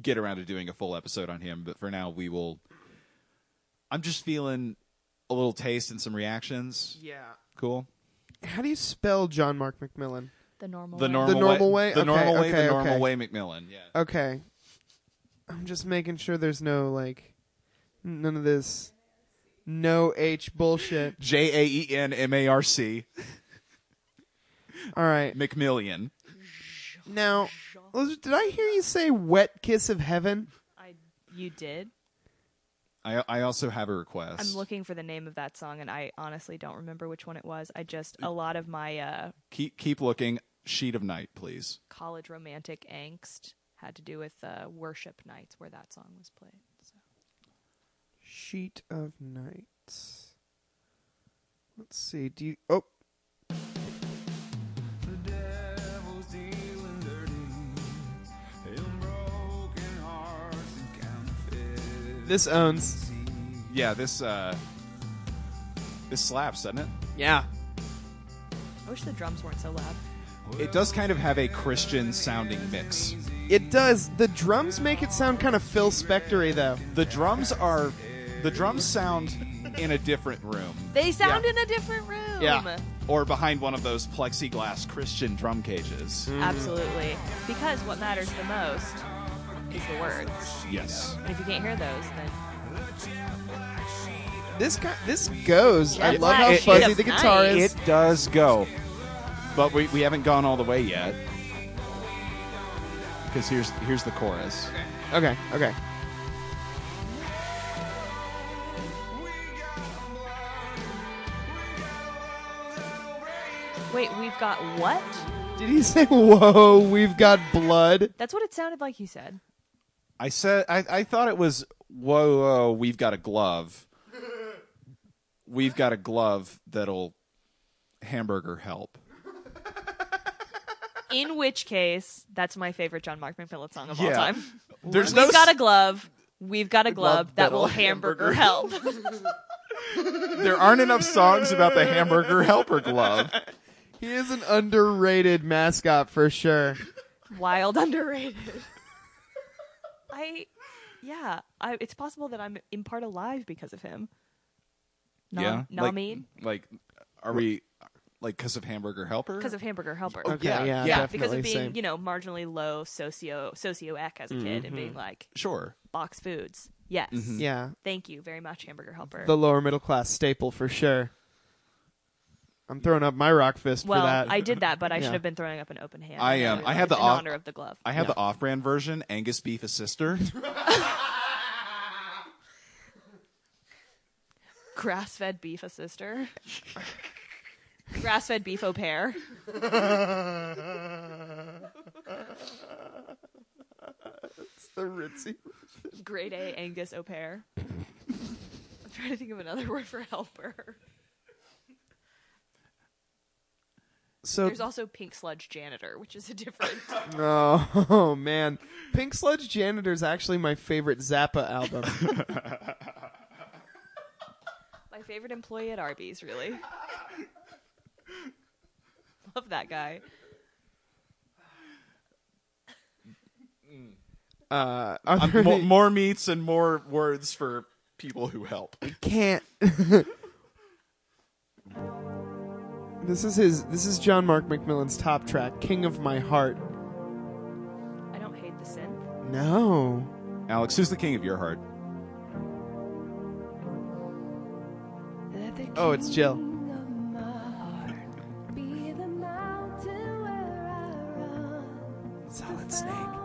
get around to doing a full episode on him, but for now, we will. I'm just feeling a little taste and some reactions. Yeah. Cool. How do you spell John Mark McMillan? The normal. The way. normal, normal way? The Okay, normal way. okay, The normal way. okay. McMillan. Yeah. Okay. I'm just making sure there's no like none of this no H bullshit. J a e n m a r c All right. McMillian. Now, Liz, did I hear you say wet kiss of heaven? I, you did. I I also have a request. I'm looking for the name of that song, and I honestly don't remember which one it was. I just a lot of my uh, Keep keep looking. Sheet of night, please. college romantic angst had to do with uh, worship nights where that song was played. So. Sheet of nights. Let's see. Do you Oh, this owns. Yeah. This uh. This slaps, doesn't it? Yeah. I wish the drums weren't so loud. It does kind of have a Christian sounding mix. It does. The drums make it sound kind of Phil Spectory though. The drums are the drums sound in a different room They sound Yeah. in a different room. Yeah. or behind one of those plexiglass Christian drum cages. Hmm. Absolutely. Because what matters the most is the words. Yes. And if you can't hear those, then This guy, this goes. I Yeah, love how it- fuzzy it- the guitar is. It does go. But we, we haven't gone all the way yet. Cuz here's here's the chorus. okay, okay. wait, we've got what? Did he say, "Whoa, we've got blood"? That's what it sounded like you said. I said I, I thought it was whoa whoa we've got a glove. We've got a glove that'll hamburger help. In which case, that's my favorite John Mark McMillan song of all Yeah. time. There's We've no got s- a glove. We've got a glove that that'll will hamburger help. there aren't enough songs about the hamburger helper glove. He is an underrated mascot for sure. Wild underrated. I, yeah. I, it's possible that I'm in part alive because of him. Nam, yeah, like, Nami, like, are we like because of hamburger helper? because of hamburger helper. Okay, Oh, Yeah, yeah, yeah, yeah, definitely because of being same. you know marginally low socio socioec as a kid Mm-hmm. and being like sure. box foods. Yes, Mm-hmm. yeah, thank you very much, hamburger helper. the lower middle class staple for sure. I'm throwing up my rock fist well, for that. I did that, but I Yeah. should have been throwing up an open hand. I, um, am. I had the in op- honor of the glove. I have the off-brand version, Angus beef a sister. Grass fed beef a sister. Grass fed beef au pair. the ritzy. Grade A Angus au pair. I'm trying to think of another word for helper. So There's also pink sludge janitor, which is a different. Oh, man, Pink Sludge Janitor is actually my favorite Zappa album. My favorite employee at Arby's, really. Love that guy. Uh, are there Mo- any- more meats and more words for people who help. can't. this is his. This is John Mark McMillan's top track, "King of My Heart." I don't hate the synth. No, Alex, who's the king of your heart? Oh, it's Jill. Solid Snake.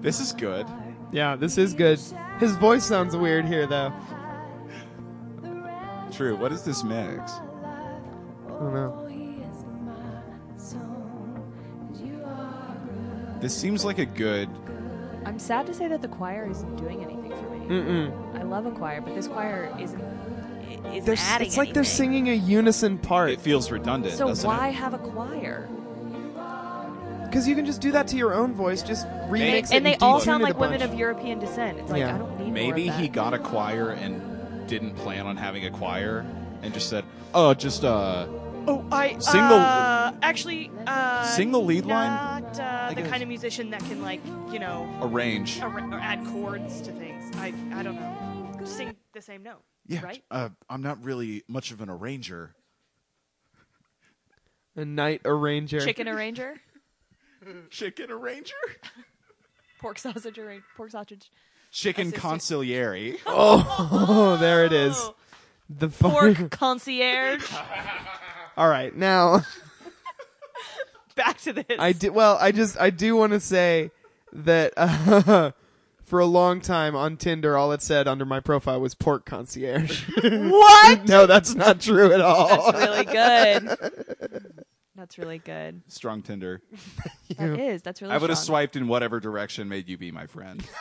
This is good. Yeah, this is good. His voice sounds weird here, though. True. What is this mix? I don't know. This seems like a good. I'm sad to say that the choir isn't doing anything for me. Mm-mm. I love a choir, but this choir isn't. i- isn't They're, s- it's adding like they're anything. singing a unison part It feels redundant. So doesn't why It? have a choir? because you can just do that to your own voice. Just remix it and they and all detune sound it a like women bunch. of European descent. It's like Yeah. I don't need Maybe more of he that. got a choir and didn't plan on having a choir, and just said, "Oh, just uh, Oh, I Single- Uh, actually, uh, Sing the lead line? Not uh, the guess. kind of musician that can like you know arrange." ar- or add chords to things. I I don't know. Just sing the same note. Yeah. Right. Uh, I'm not really much of an arranger. a night arranger. Chicken arranger. Chicken arranger. Pork sausage arranger. Pork sausage. Chicken Assistant. conciliary. Oh, there it is. Oh, The pork concierge. All right, now Back to this. I do. Well, I just I do want to say that uh, for a long time on Tinder, all it said under my profile was pork concierge. What? no, that's not true at all. That's really good. That's really good. Strong Tinder. That is. That's really. I would have strong. swiped in whatever direction made you be my friend.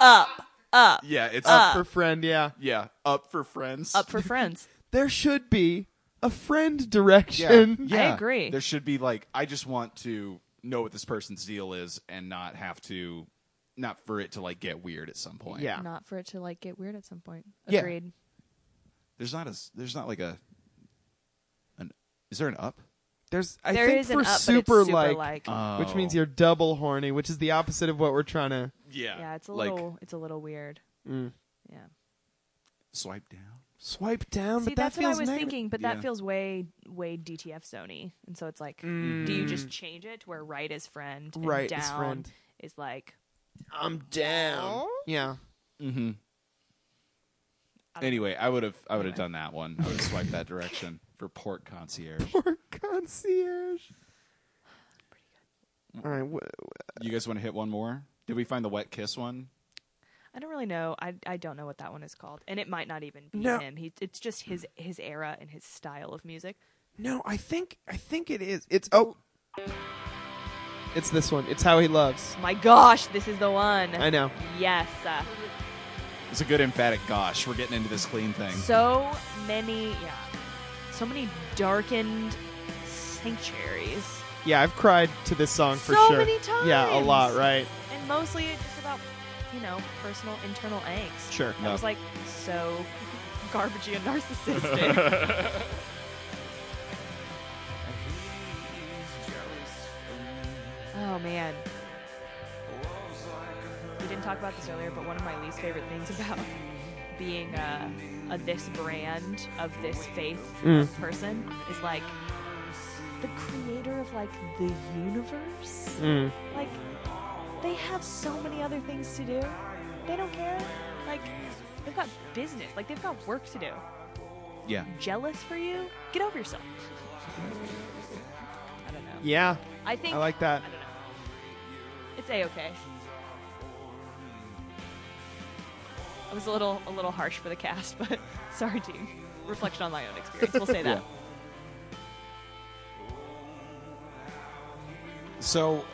up, up, yeah, it's for friend, yeah. yeah up for friends. up for friends. There should be a friend Yeah, direction. yeah. agree. There should be like I just want to know what this person's deal is and not have to, not for it to like get weird at some point. Yeah. Not for it to like get weird at some point. Yeah. Agreed. There's not as there's not like a, an is there an up? There's I There think is for an up, super, but it's super like, like, which Oh. means you're double horny, which is the opposite of what we're trying to. Yeah. yeah, it's a like little, it's a little weird. Mm. Yeah. swipe down. Swipe down, See, but that that's what I feels was negative. thinking, but Yeah. that feels way, way DTF zony, and so it's like, Mm. do you just change it to where right is friend, and Right down is friend. is like, I'm down. Yeah. Mm-hmm. I don't Anyway, I would have I would have Anyway. done that one. I would have swiped that direction for port concierge. Poor concierge. All right. wh- You guys want to hit one more? Did we find the wet kiss one? I don't really know. I I don't know what that one is called, and it might not even be No. him. He, it's just his his era and his style of music. no, I think I think it is. It's oh, It's this one. It's how he loves. My gosh, this is the one. I know. Yes. uh, It's a good emphatic gosh. We're getting into this clean thing. So many, yeah. So many darkened sanctuaries. Yeah, I've cried to this song for So sure. many times. Yeah, a lot, right? And mostly it's just about, you know, personal internal angst. Sure. That Yeah. was like so garbagey and narcissistic. oh man. We didn't talk about this earlier, but one of my least favorite things about being a, a this brand of this faith Mm. person is like the creator of like the universe. Mm. Like, they have so many other things to do. They don't care. Like, they've got business. Like, they've got work to do. Yeah. Jealous for you? Get over yourself. I don't know. Yeah, I think. I like that. I don't know. It's a okay. I was a little a little harsh for the cast, but sorry, team. Reflection on my own experience. We'll say that. So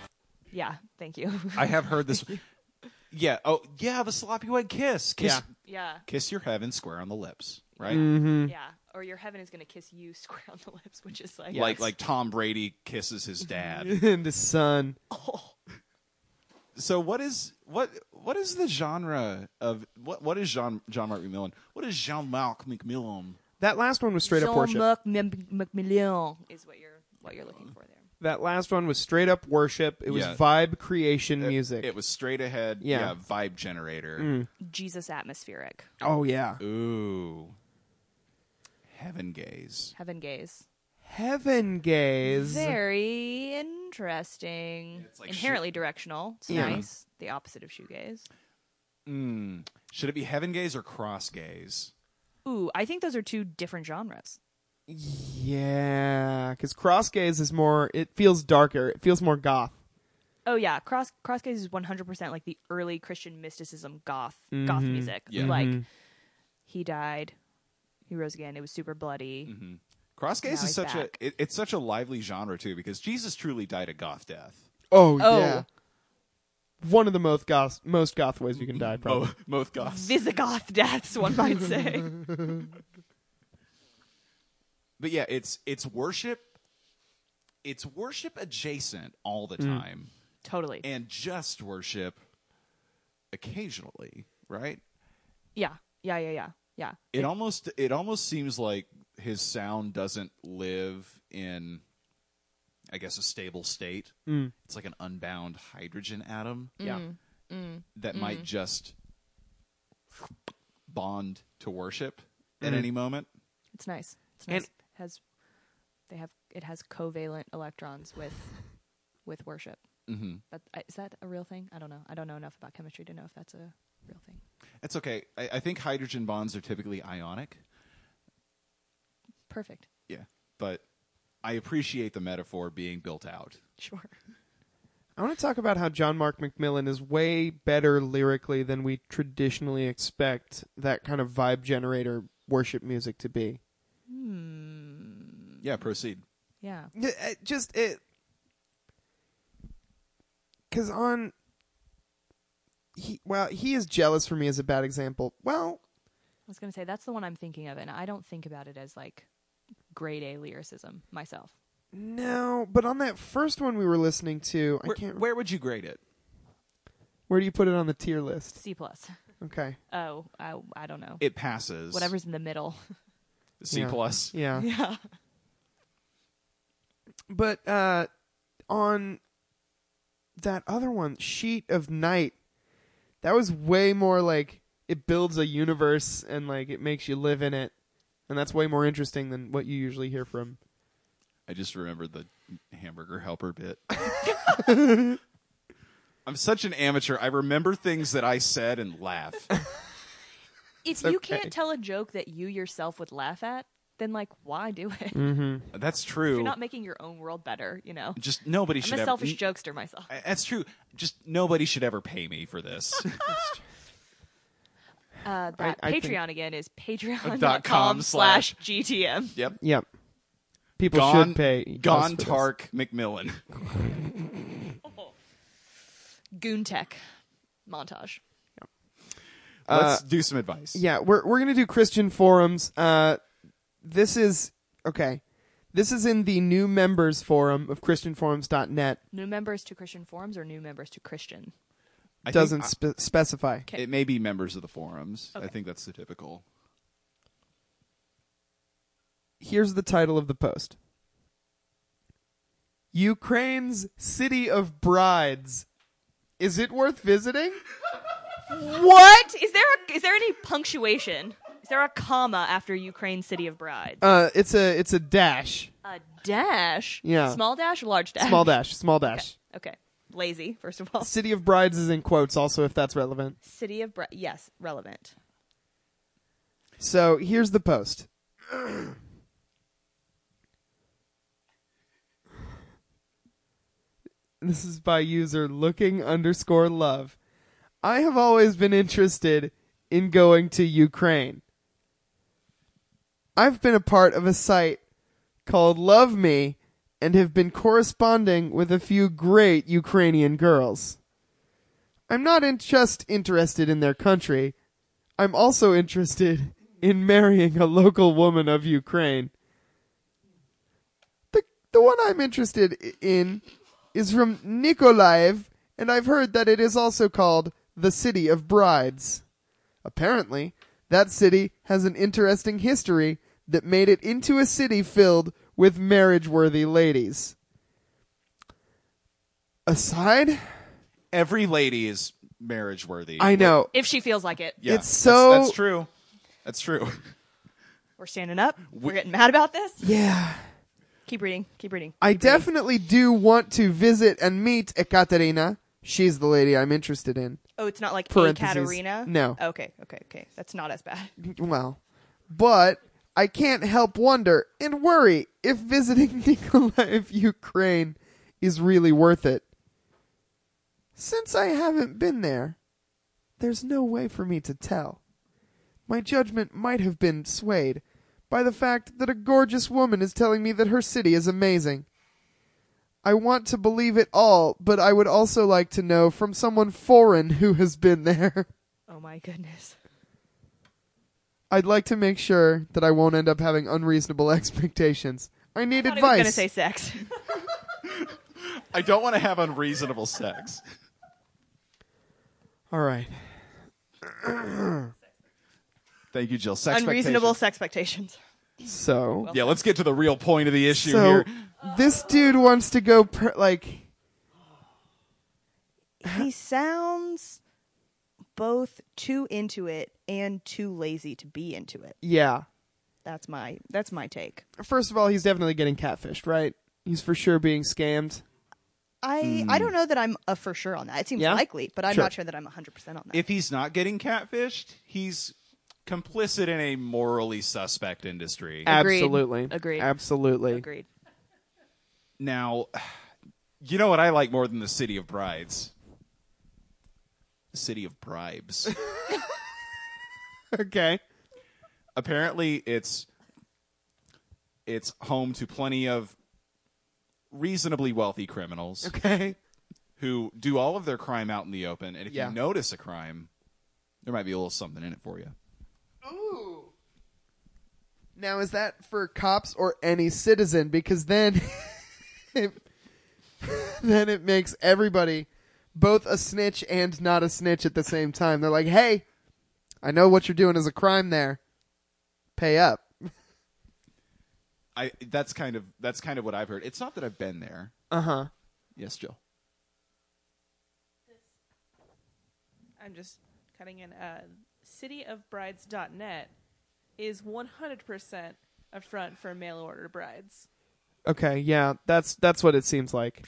yeah. Thank you. I have heard this. Yeah. Oh, yeah. The sloppy white kiss. Kiss, Yeah. yeah. kiss your heaven square on the lips, right? Mm-hmm. Yeah. Or your heaven is gonna kiss you square on the lips, which is like Like like Tom Brady kisses his dad. the sun. so what is what what is the genre of what what is John John Mark McMillan? What is Jean Marc McMillan? That last one was straight up worship. Jean-Marc Mc- McMillan is what you're what you're looking for there. That last one was straight up worship. It was Yeah. vibe creation music. It was straight ahead. Yeah. Yeah, vibe generator. Jesus atmospheric, oh yeah, Ooh. Heaven gaze. heaven gaze. heaven gaze. Very interesting. It's like Inherently directional. It's Yeah. nice. The opposite of shoegaze. Mm. Should it be heaven gaze or cross gaze? Ooh, I think those are two different genres. Yeah, because cross gaze is more. It feels darker. It feels more goth. Oh yeah, cross cross gaze is one hundred percent like the early Christian mysticism goth goth Mm-hmm. music. Yeah. Like he died, he rose again. It was super bloody. Cross gaze Now is he's such back. a it, it's such a lively genre too because Jesus truly died a goth death. Oh, Oh. yeah. One of the most goth most goth ways you can die. Probably. Both, both goths. Visigoth deaths, one might say. but yeah, it's it's worship. It's worship adjacent all the time, totally. and just worship occasionally, right? Yeah, yeah, yeah, yeah, yeah. It almost it almost seems like his sound doesn't live in, I guess, a stable state. Mm. It's like an unbound hydrogen atom Yeah. that might just bond to worship at any moment. It's nice. It's And- nice. it has they have it has covalent electrons with with worship. Mm-hmm. But I- is that a real thing? I don't know. I don't know enough about chemistry to know if that's a real thing. That's okay. I, I think hydrogen bonds are typically ionic. Perfect. Yeah. But I appreciate the metaphor being built out. Sure. I want to talk about how John Mark McMillan is way better lyrically than we traditionally expect that kind of vibe generator worship music to be. Yeah, proceed. Yeah. Yeah, it just it because on he well he is jealous for me is a bad example well I was gonna say that's the one I'm thinking of, and I don't think about it as like grade A lyricism myself. no but on that first one we were listening to Where, i can't where would you grade it? where do you put it on the tier list C plus. okay Oh, I I don't know. It passes. Whatever's in the middle. C Yeah. plus. yeah yeah. but uh on that other one sheet of night that was way more like it builds a universe and like it makes you live in it and that's way more interesting than what you usually hear from I just remembered the hamburger helper bit. I'm such an amateur. I remember things that I said and laugh. If It's you okay. can't tell a joke that you yourself would laugh at, then like why do it? That's If true. you're not making your own world better, you know. Just nobody I'm should a ever. selfish jokester myself. I- That's true. Just nobody should ever pay me for this. Uh, that I think- Patreon again is Dot patreon.com com slash GTM. yep. yep people Gone, should pay us Gone for this. Tark McMillan. Goon Tech montage. Let's do some advice. Uh, Yeah, we're we're gonna do Christian forums. Uh, this is okay. This is in the new members forum of ChristianForums.net. New members to Christian forums or new members to Christian? I think Doesn't spe- specify. it may be members of the forums. I Okay. think that's the typical. Here's the title of the post: Ukraine's city of brides. Is it worth visiting? What is there? A, is there any punctuation? Is there a comma after Ukraine City of Brides? Uh, it's a it's a dash, A dash. Yeah. Small dash. or Large dash. small dash, small dash. Okay. Lazy. First of all. City of brides is in quotes, also if that's relevant. City of Brides. Yes. Relevant. So here's the post. this is by user looking underscore love. I have always been interested in going to Ukraine. I've been a part of a site called Love Me and have been corresponding with a few great Ukrainian girls. I'm not in- just interested in their country, I'm also interested in marrying a local woman of Ukraine. The the one I'm interested i- in is from Nikolaev, and I've heard that it is also called the City of Brides. Apparently, that city has an interesting history that made it into a city filled with marriage-worthy ladies. Aside, Every lady is marriage worthy. I know If she feels like it. Yeah, It's that's- so- that's true. That's true. We're standing up. We're getting mad about this. Yeah. Keep reading. Keep reading. I definitely do want to visit and meet Ekaterina. She's the lady I'm interested in. Oh, it's not like a Parentheses. Katerina. No. Okay. Okay. Okay. That's not as bad. Well, but I can't help wonder and worry if visiting Nikolaev, Ukraine is really worth it. Since I haven't been there, there's no way for me to tell. My judgment might have been swayed by the fact that a gorgeous woman is telling me that her city is amazing. I want to believe it all, but I would also like to know from someone foreign who has been there. Oh my goodness. I'd like to make sure that I won't end up having unreasonable expectations. I need I thought he was advice. gonna say sex. I don't want to have unreasonable sex. All right. Thank you, Jill. Sex Unreasonable sex expectations. So, Yeah, let's get to the real point of the issue so here. this dude wants to go per- like he sounds both too into it and too lazy to be into it. yeah. That's my that's my take. First of all, he's definitely getting catfished, right? He's for sure being scammed. I I don't know that I'm uh, for sure on that. It seems Yeah? likely, but I'm Sure. not sure that I'm 100% on that. If he's not getting catfished, he's complicit in a morally suspect industry. Agreed. Absolutely. Agreed. Absolutely. Agreed. Now, you know what I like more than the City of Brides? The City of Bribes. Okay. Apparently, it's it's home to plenty of reasonably wealthy criminals Okay. who do all of their crime out in the open. And if Yeah. you notice a crime, there might be a little something in it for you. Ooh. Now is that for cops or any citizen? Because then, it, then it makes everybody both a snitch and not a snitch at the same time. They're like, "Hey, I know what you're doing is a crime. There, pay up." I that's kind of that's kind of what I've heard. It's not that I've been there. Uh huh. Yes, Jill. I'm just cutting in. Uh, cityofbrides.net is 100% a front for mail order brides. Okay. Yeah. That's that's what it seems like.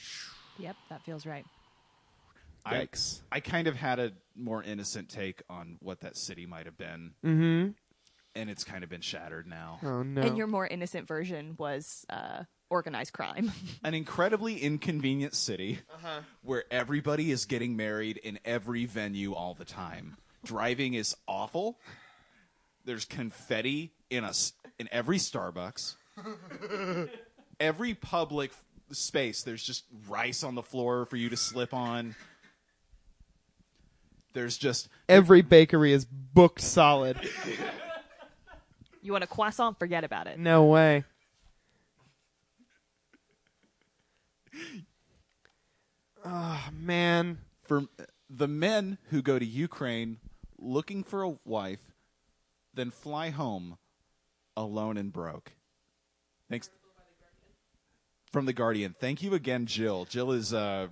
Yep, that feels right. I, Yikes. I kind of had a more innocent take on what that city might have been. Mm-hmm. and it's kind of been shattered now. Oh no. And your more innocent version was uh, organized crime. An incredibly inconvenient city where everybody is getting married in every venue all the time. Driving is awful. There's confetti in us in every Starbucks. every public f- space there's just rice on the floor for you to slip on. There's just Every bakery is booked solid. You want a croissant? Forget about it. No way. Oh man. for the men who go to Ukraine looking for a wife, then fly home alone and broke. Thanks from the Guardian. Thank you again, Jill. Jill is uh,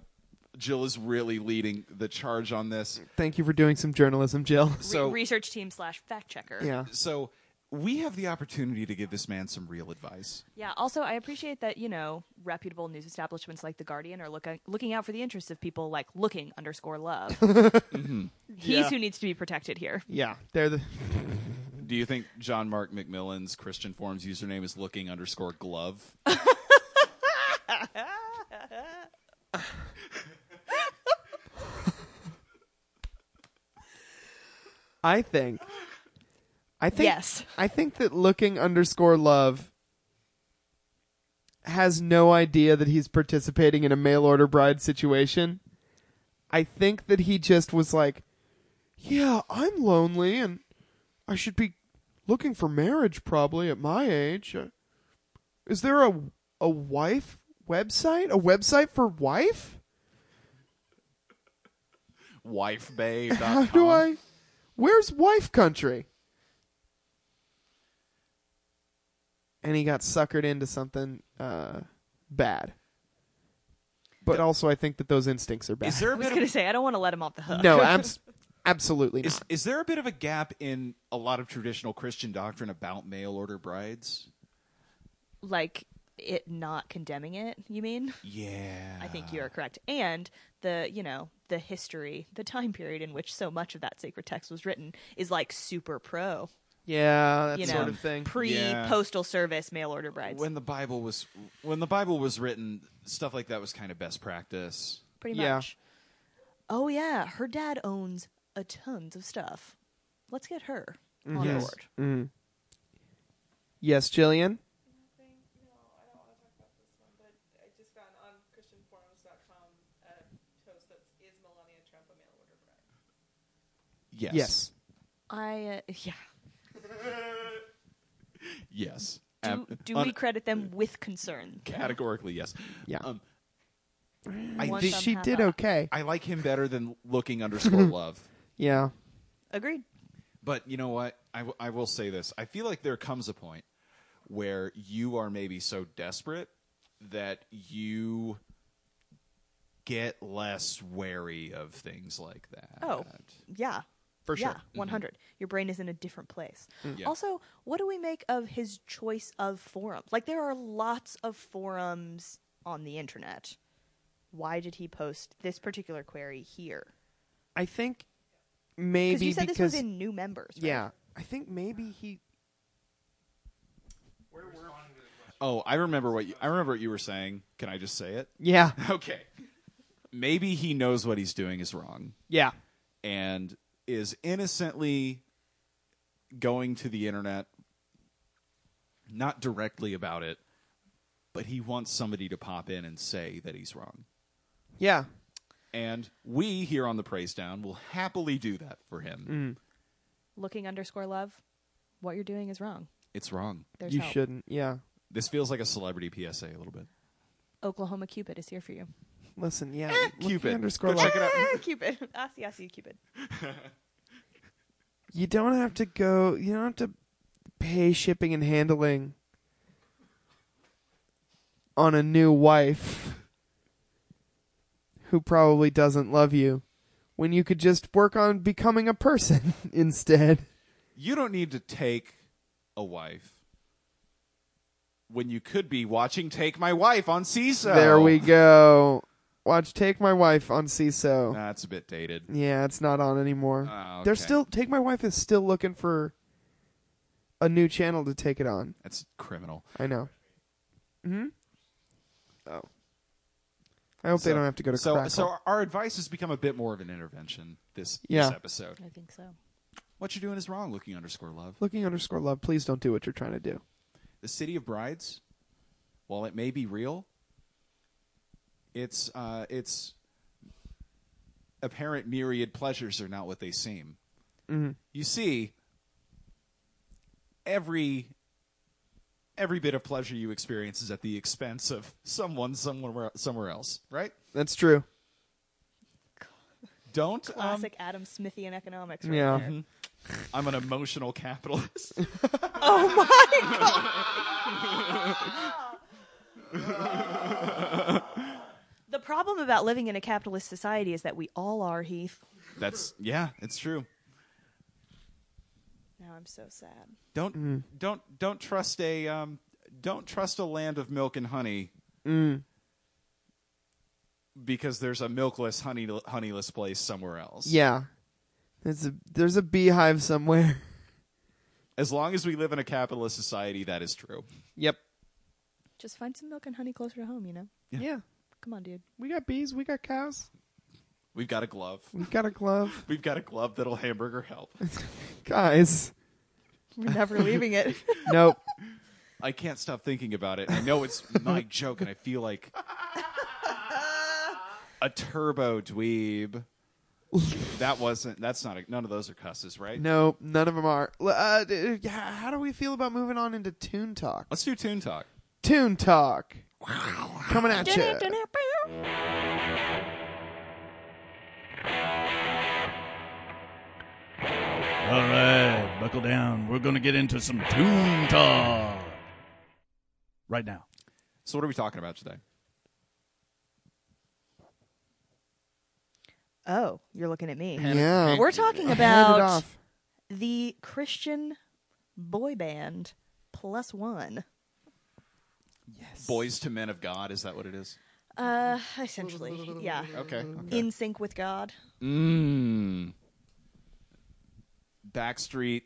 Jill is really leading the charge on this. Thank you for doing some journalism, Jill. Re- So research team slash fact checker. yeah. so we have the opportunity to give this man some real advice. Yeah. Also, I appreciate that you know reputable news establishments like the Guardian are looking looking out for the interests of people like looking underscore love. Mm-hmm. He's Yeah. who needs to be protected here. Yeah. They're the Do you think John Mark McMillan's Christian Forms username is looking underscore glove? I think I think Yes. I think that looking underscore love has no idea that he's participating in a mail order bride situation. I think that he just was like, Yeah, I'm lonely and I should be looking for marriage probably at my age. Uh, Is there a a wife website? A website for wife? Wifebabe.com. How do I Where's wife country? And he got suckered into something uh, bad. But also, I think that those instincts are bad. Is there I a was bit going of to say I don't want to let him off the hook. no, abs- absolutely Is not. is there a bit of a gap in a lot of traditional Christian doctrine about mail order brides? like it not condemning it. You mean? Yeah. I think Ah. you are correct. And the, you know, the history, the time period in which so much of that sacred text was written is like super pro, Yeah, that you know, sort of thing. pre Yeah. postal service mail order brides. when the Bible was when the Bible was written, stuff like that was kind of best practice. pretty yeah. much. Oh yeah, her dad owns a tons of stuff. Let's get her on Yes. board. Mm. Yes, Jillian? No, I don't want to talk about this one, but I just found on ChristianForums.com a post that is Melania Trump a mail order bride. Yes. Yes. I uh, yeah. Yes. Do, Ab- do un- we credit them with concern? categorically yes. Yeah. Um, I Once think some she have did a- okay. I like him better than looking underscore love. Yeah. Agreed. But you know what? I, w- I will say this. I feel like there comes a point where you are maybe so desperate that you get less wary of things like that. Oh. Yeah. For Yeah, sure. Mm-hmm. Mm. 100. Your brain is in a different place. Yeah. Also, what do we make of his choice of forums? Like, there are lots of forums on the internet. Why did he post this particular query here? I think maybe Because you said because this was in new members. Right? Yeah. I think maybe he Oh, I remember what you, I remember what you were saying. Can I just say it? Yeah. Okay. Maybe he knows what he's doing is wrong Yeah. and is innocently going to the internet not directly about it, but he wants somebody to pop in and say that he's wrong. Yeah. And we here on the Praise Down will happily do that for him. Looking underscore love, what you're doing is wrong. It's wrong. There's you help. shouldn't. Yeah. This feels like a celebrity PSA a little bit. Oklahoma Cupid is here for you. Listen, yeah. look, Cupid. You, underscore Go like- check it out. Ah, Cupid. I see, I see you, Cupid. you don't have to go. You don't have to pay shipping and handling on a new wife who probably doesn't love you when you could just work on becoming a person instead. You don't need to take a wife when you could be watching Take My Wife on CISO. There we go. Watch Take My Wife on CISO. That's a bit dated. Yeah, it's not on anymore. Oh, They're okay. still Take My Wife is still looking for a new channel to take it on. That's criminal. I know. Hmm. Oh. I hope they So- don't have to go to so, Crackle. so our advice has become a bit more of an intervention this, Yeah. this episode. I think so. What you're doing is wrong, looking underscore love. Looking underscore love, please don't do what you're trying to do. The City of Brides, while it may be real, it's uh, it's apparent myriad pleasures are not what they seem. Mm-hmm. You see, every every bit of pleasure you experience is at the expense of someone somewhere somewhere else, right? That's true. Don't um, Classic Adam Smithian economics. Right Yeah. there. Mhm. I'm an emotional capitalist. The problem about living in a capitalist society is that we all are, Heath. That's yeah, it's true. Now I'm so sad. Don't don't don't trust a um, don't trust a land of milk and honey. Mm. Because there's a milkless, honey honeyless place somewhere else. Yeah. There's a there's a beehive somewhere. As long as we live in a capitalist society, that is true. Yep. Just find some milk and honey closer to home, you know? Yeah. Come on, dude. We got bees, we got cows, We've got a glove. we got a glove. We've got a glove that'll hamburger help. Guys. We're never leaving it. Nope. I can't stop thinking about it. I know it's my joke, and I feel like a turbo dweeb. That wasn't. That's not. A, none of those are cusses, right? Nope. None of them are. L- Uh, d- yeah, how do we feel about moving on into Toon Talk? Let's do Toon Talk. Toon Talk. Coming at you. All right, buckle down. We're going to get into some Toon Talk right now. So, what are we talking about today? oh, you're looking at me. Yeah. We're talking Hand it about off. the Christian boy band plus one. Boys to Men of God. Is that what it is? Uh, essentially, yeah. Okay. Mm-hmm. In sync with God. Mmm. Backstreet.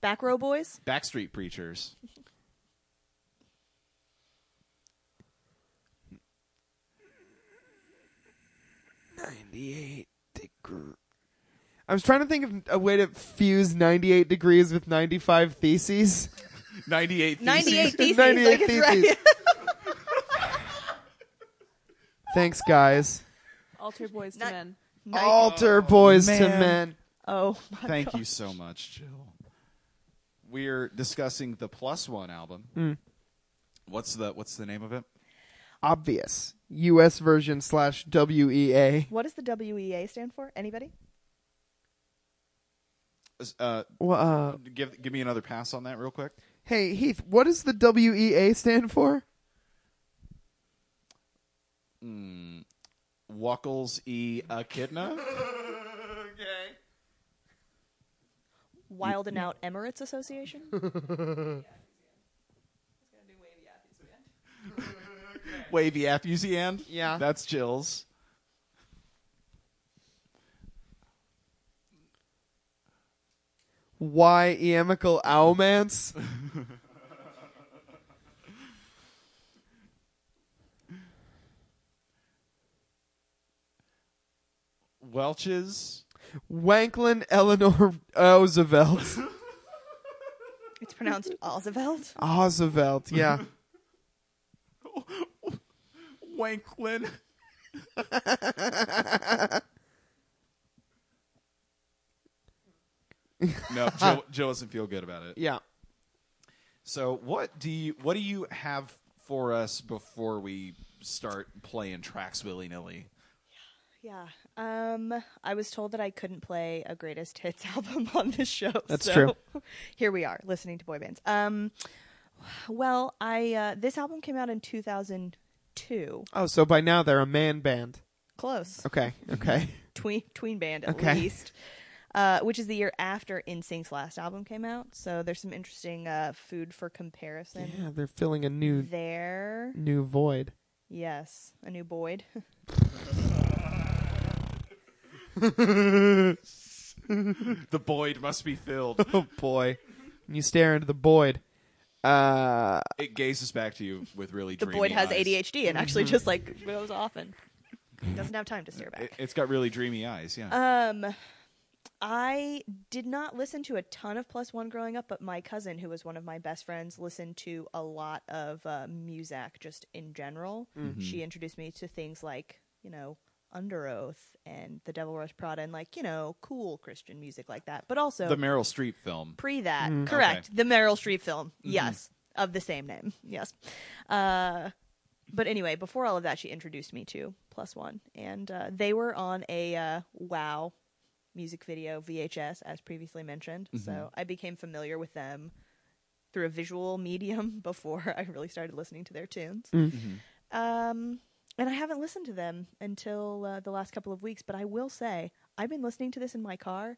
Back row boys. Backstreet preachers. I was trying to think of a way to fuse 98 degrees with 95 theses. Ninety-eight. Theses. 98 theses. 98 like it's theses. right. Thanks, guys. Alter boys to Not- men. Altar boys to man. men. Oh, my Thank you so much, Jill. We're discussing the Plus One album. Mm. What's the What's the name of it? Obvious. U.S. version slash E WEA. What does the WEA stand for? Anybody? Uh, Well, uh, give Give me another pass on that real quick. hey, Heath, what does the WEA stand for? Wackles E Echidna. Wild and Out Emirates Association? Wavy Afusian. Yeah. that's Jill's. Why amical owlmance? Welch's. Wanklin Eleanor Roosevelt. It's pronounced Oswald. Roosevelt, yeah. Wanklin. no, Jill, Jill doesn't feel good about it. yeah. So what do you what do you have for us before we start playing tracks willy nilly? Yeah. Um, I was told that I couldn't play a greatest hits album on this show. That's so true. Here we are listening to boy bands. Um, well, I uh, this album came out in 2002. Oh, so by now they're a man band. Close. Okay, okay. tween tween band at Okay. least, uh, which is the year after InSync's last album came out. So there's some interesting uh, food for comparison Yeah, they're filling a new there. new void. Yes, a new Boyd. The Boyd must be filled. Oh boy. When you stare into the void. Uh it gazes back to you with really the dreamy Boyd has eyes. ADHD and actually Mm-hmm. just like goes off and doesn't have time to stare It, back. has got really dreamy eyes, yeah. Um, I did not listen to a ton of Plus One growing up, but my cousin, who was one of my best friends, listened to a lot of uh, Muzak just in general. She introduced me to things like, you know, Under Oath and The Devil Rush Prada and like you know cool Christian music like that, but also the Meryl Streep film. pre that correct the Meryl Streep film yes of the same name yes, uh, but anyway before all of that she introduced me to Plus One and uh, they were on a uh, Wow music video VHS as previously mentioned so I became familiar with them through a visual medium before I really started listening to their tunes. Um, and I haven't listened to them until uh, the last couple of weeks, but I will say I've been listening to this in my car,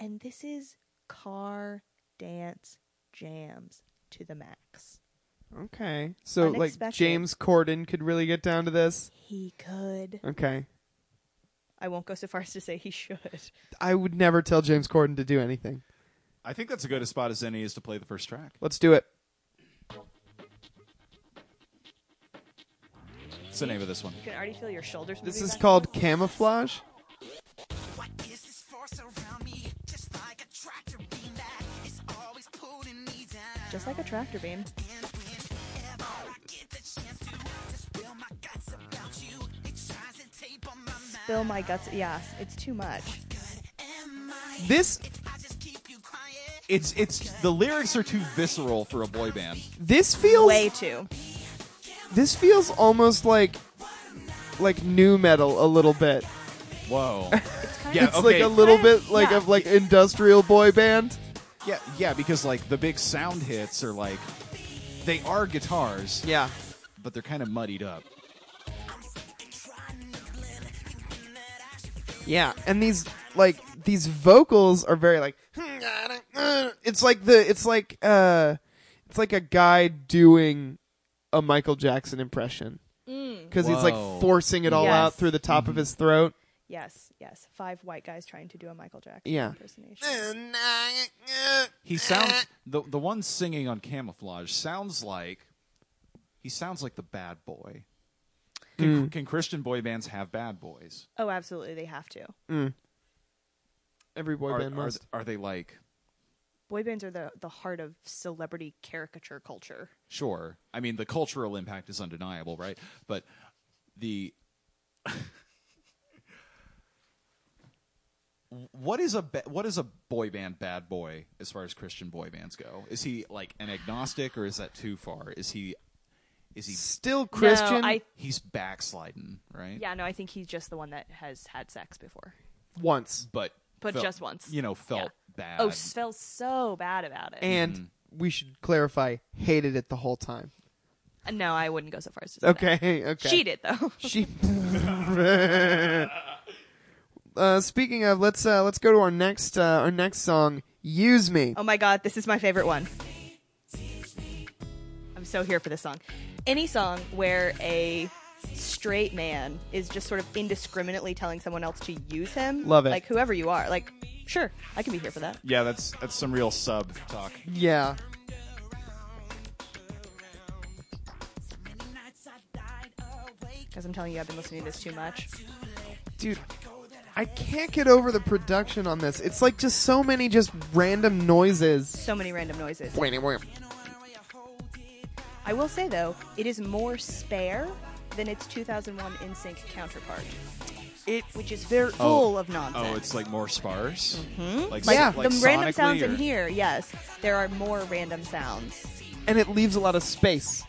and this is car dance jams to the max. Okay. So like Unexpected. James Corden could really get down to this. He could. Okay. I won't go so far as to say he should. I would never tell James Corden to do anything. I think that's a good a spot as any is to play the first track. Let's do it. What's the name of this one? You can already feel your shoulders. This moving is back. called Camouflage. What is this force around me? Just like a tractor beam that is always pulling me down. just like a tractor beam. And whenever I get the chance to, to spill my guts about you, it shines and tape on my mind. Spill my guts. Yeah, it's too much. Am I? This I just keep you quiet. It's it's the lyrics are too visceral for a boy band. this feels Way too. this feels almost like like new metal a little bit. Whoa. It's kind Yeah, of It's okay. like a little Kind of, bit like yeah. of like industrial boy band. yeah, yeah, because like the big sound hits are like they are guitars, Yeah. but they're kind of muddied up. Yeah, and these like these vocals are very like it's like the it's like uh it's like a guy doing a Michael Jackson impression because he's Whoa. Mm-hmm. like forcing it all Mm. Yes. out through the top of his throat. yes, yes. Five white guys trying to do a Michael Jackson Yeah. impersonation. He sounds the the one singing on camouflage sounds like he sounds like the bad boy. Hmm. Can, can Christian boy bands have bad boys? Oh, absolutely, they have to. Every boy Are, band are, must. are they like boy bands are the the heart of celebrity caricature culture. sure? I mean, the cultural impact is undeniable, right? But the what is a ba- what is a boy band bad boy as far as Christian boy bands go? Is he like an agnostic, or is that too far? Is he is he Still Christian. No, I he's backsliding, right? yeah, no, I think he's just the one that has had sex before. once But But felt- just once. you know, felt Yeah. bad. Oh, s- felt so bad about it. and Mm-hmm. we should clarify hated it the whole time. Uh, no, I wouldn't go so far as to say that. Okay, okay. She did though. She. uh, speaking of, let's uh, let's go to our next uh, our next song. Use me. Oh my god, this is my favorite one. I'm so here for this song. Any song where a straight man is just sort of indiscriminately telling someone else to use him. Love it. Like whoever you are. Like, sure, I can be here for that. yeah, that's that's some real sub talk. Yeah. Many nights I died awake. Because I'm telling you, I've been listening to this too much. Dude, I can't get over the production on this. It's like just so many just random noises. So many random noises. It's I will say though, it is more spare than its 2001 NSYNC counterpart. It, which is very full of nonsense. Oh, it's like more sparse. Like, Like, yeah. like Mm-hmm. the random sonically sounds or- in here. Yes, there are more random sounds And it leaves a lot of space.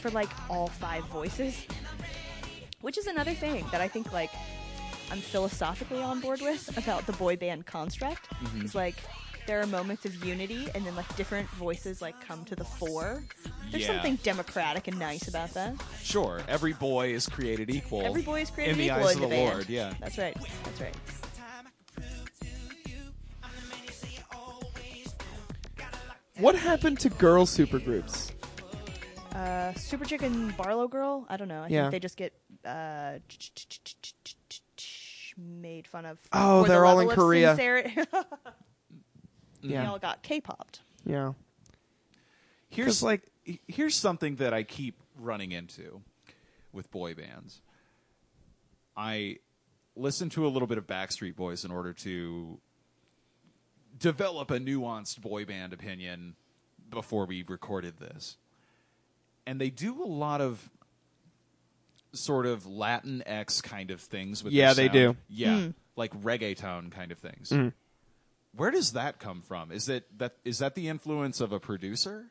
for like all five voices, which is another thing that I think like I'm philosophically on board with about the boy band construct. Mm-hmm. Is like there are moments of unity and then like different voices like come to the fore. There's Yeah. something democratic and nice about that. Sure, every boy is created equal. Every boy is created in the equal eyes in of the, the band. Lord. Yeah, That's right. That's right. What happened to girl supergroups? Uh, Super Chicken Barlow Girl. I don't know. I Yeah. think they just get uh, made fun of. Oh, for the they're all level in of Korea. sincerity. They Yeah. all got K-popped. Yeah. here's like here's something that I keep running into with boy bands. I listen to a little bit of Backstreet Boys in order to develop a nuanced boy band opinion before we recorded this. And they do a lot of sort of Latin X kind of things with Yeah, their they sound. do. Hmm. Mm-hmm. Yeah, like reggaeton kind of things. Where does that come from? Is that that is that the influence of a producer?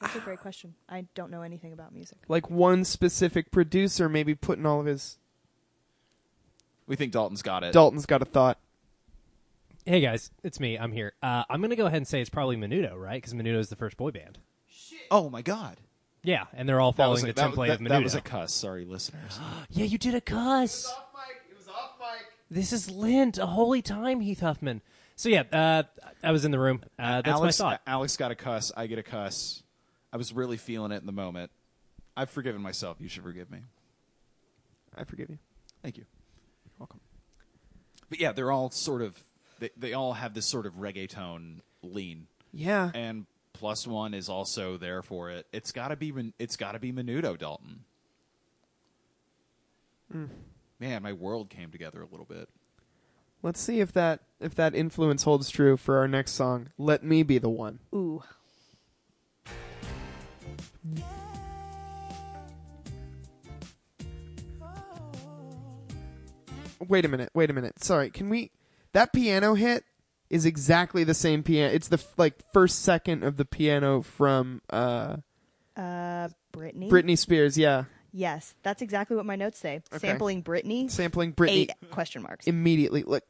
That's a great question. I don't know anything about music. Like one specific producer maybe putting all of his We think Dalton's got it. Dalton's got a thought. Hey guys, it's me. I'm here. Uh, I'm gonna go ahead and say it's probably Menudo, right? Because Menudo is the first boy band. oh my god. Yeah, and they're all That was following a- the that- template that- of Menudo. that was a cuss. Sorry, listeners. yeah, you did a cuss. This is Lint, a holy time, Heath Huffman. So yeah, uh, I was in the room. Uh, that's Alex, my thought. Alex got a cuss. I get a cuss. I was really feeling it in the moment. I've forgiven myself. You should forgive me. I forgive you. Thank you. You're welcome. But yeah, they're all sort of they they all have this sort of reggaeton lean, Yeah. and plus one is also there for it. It's got to be Men- it's got to be Menudo Dalton. Mm. Man, my world came together a little bit. Let's see if that if that influence holds true for our next song. Let me be the one. Ooh. Wait a minute. Wait a minute. Sorry. Can we? That piano hit is exactly the same piano. It's the f- like first second of the piano from uh, Uh, Britney. Britney Spears. Yeah, Yes, that's exactly what my notes say. Okay. Sampling Britney. sampling Britney Eight question marks. immediately. Look.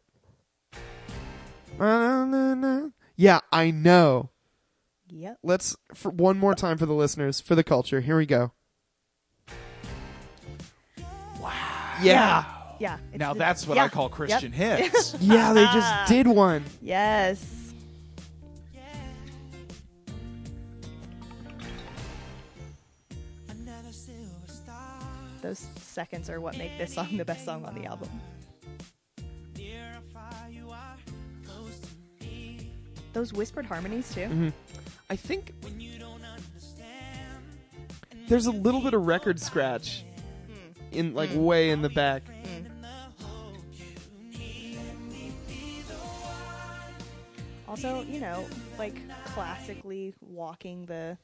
Yeah, I know. Yep. Let's for one more time for the listeners for the culture. Here we go. Wow. Yeah. Yeah. it's Now the- that's what yeah, I call yep. Christian hits. Yeah, they just did one. Yes. Another silver star Those seconds are what make this song the best song on the album. near how far you are close to me Those whispered harmonies too. I think when you don't understand there's a little bit of record scratch in like way in the back. and the hope you need. Let me be the one. Also, you know, like classically walking the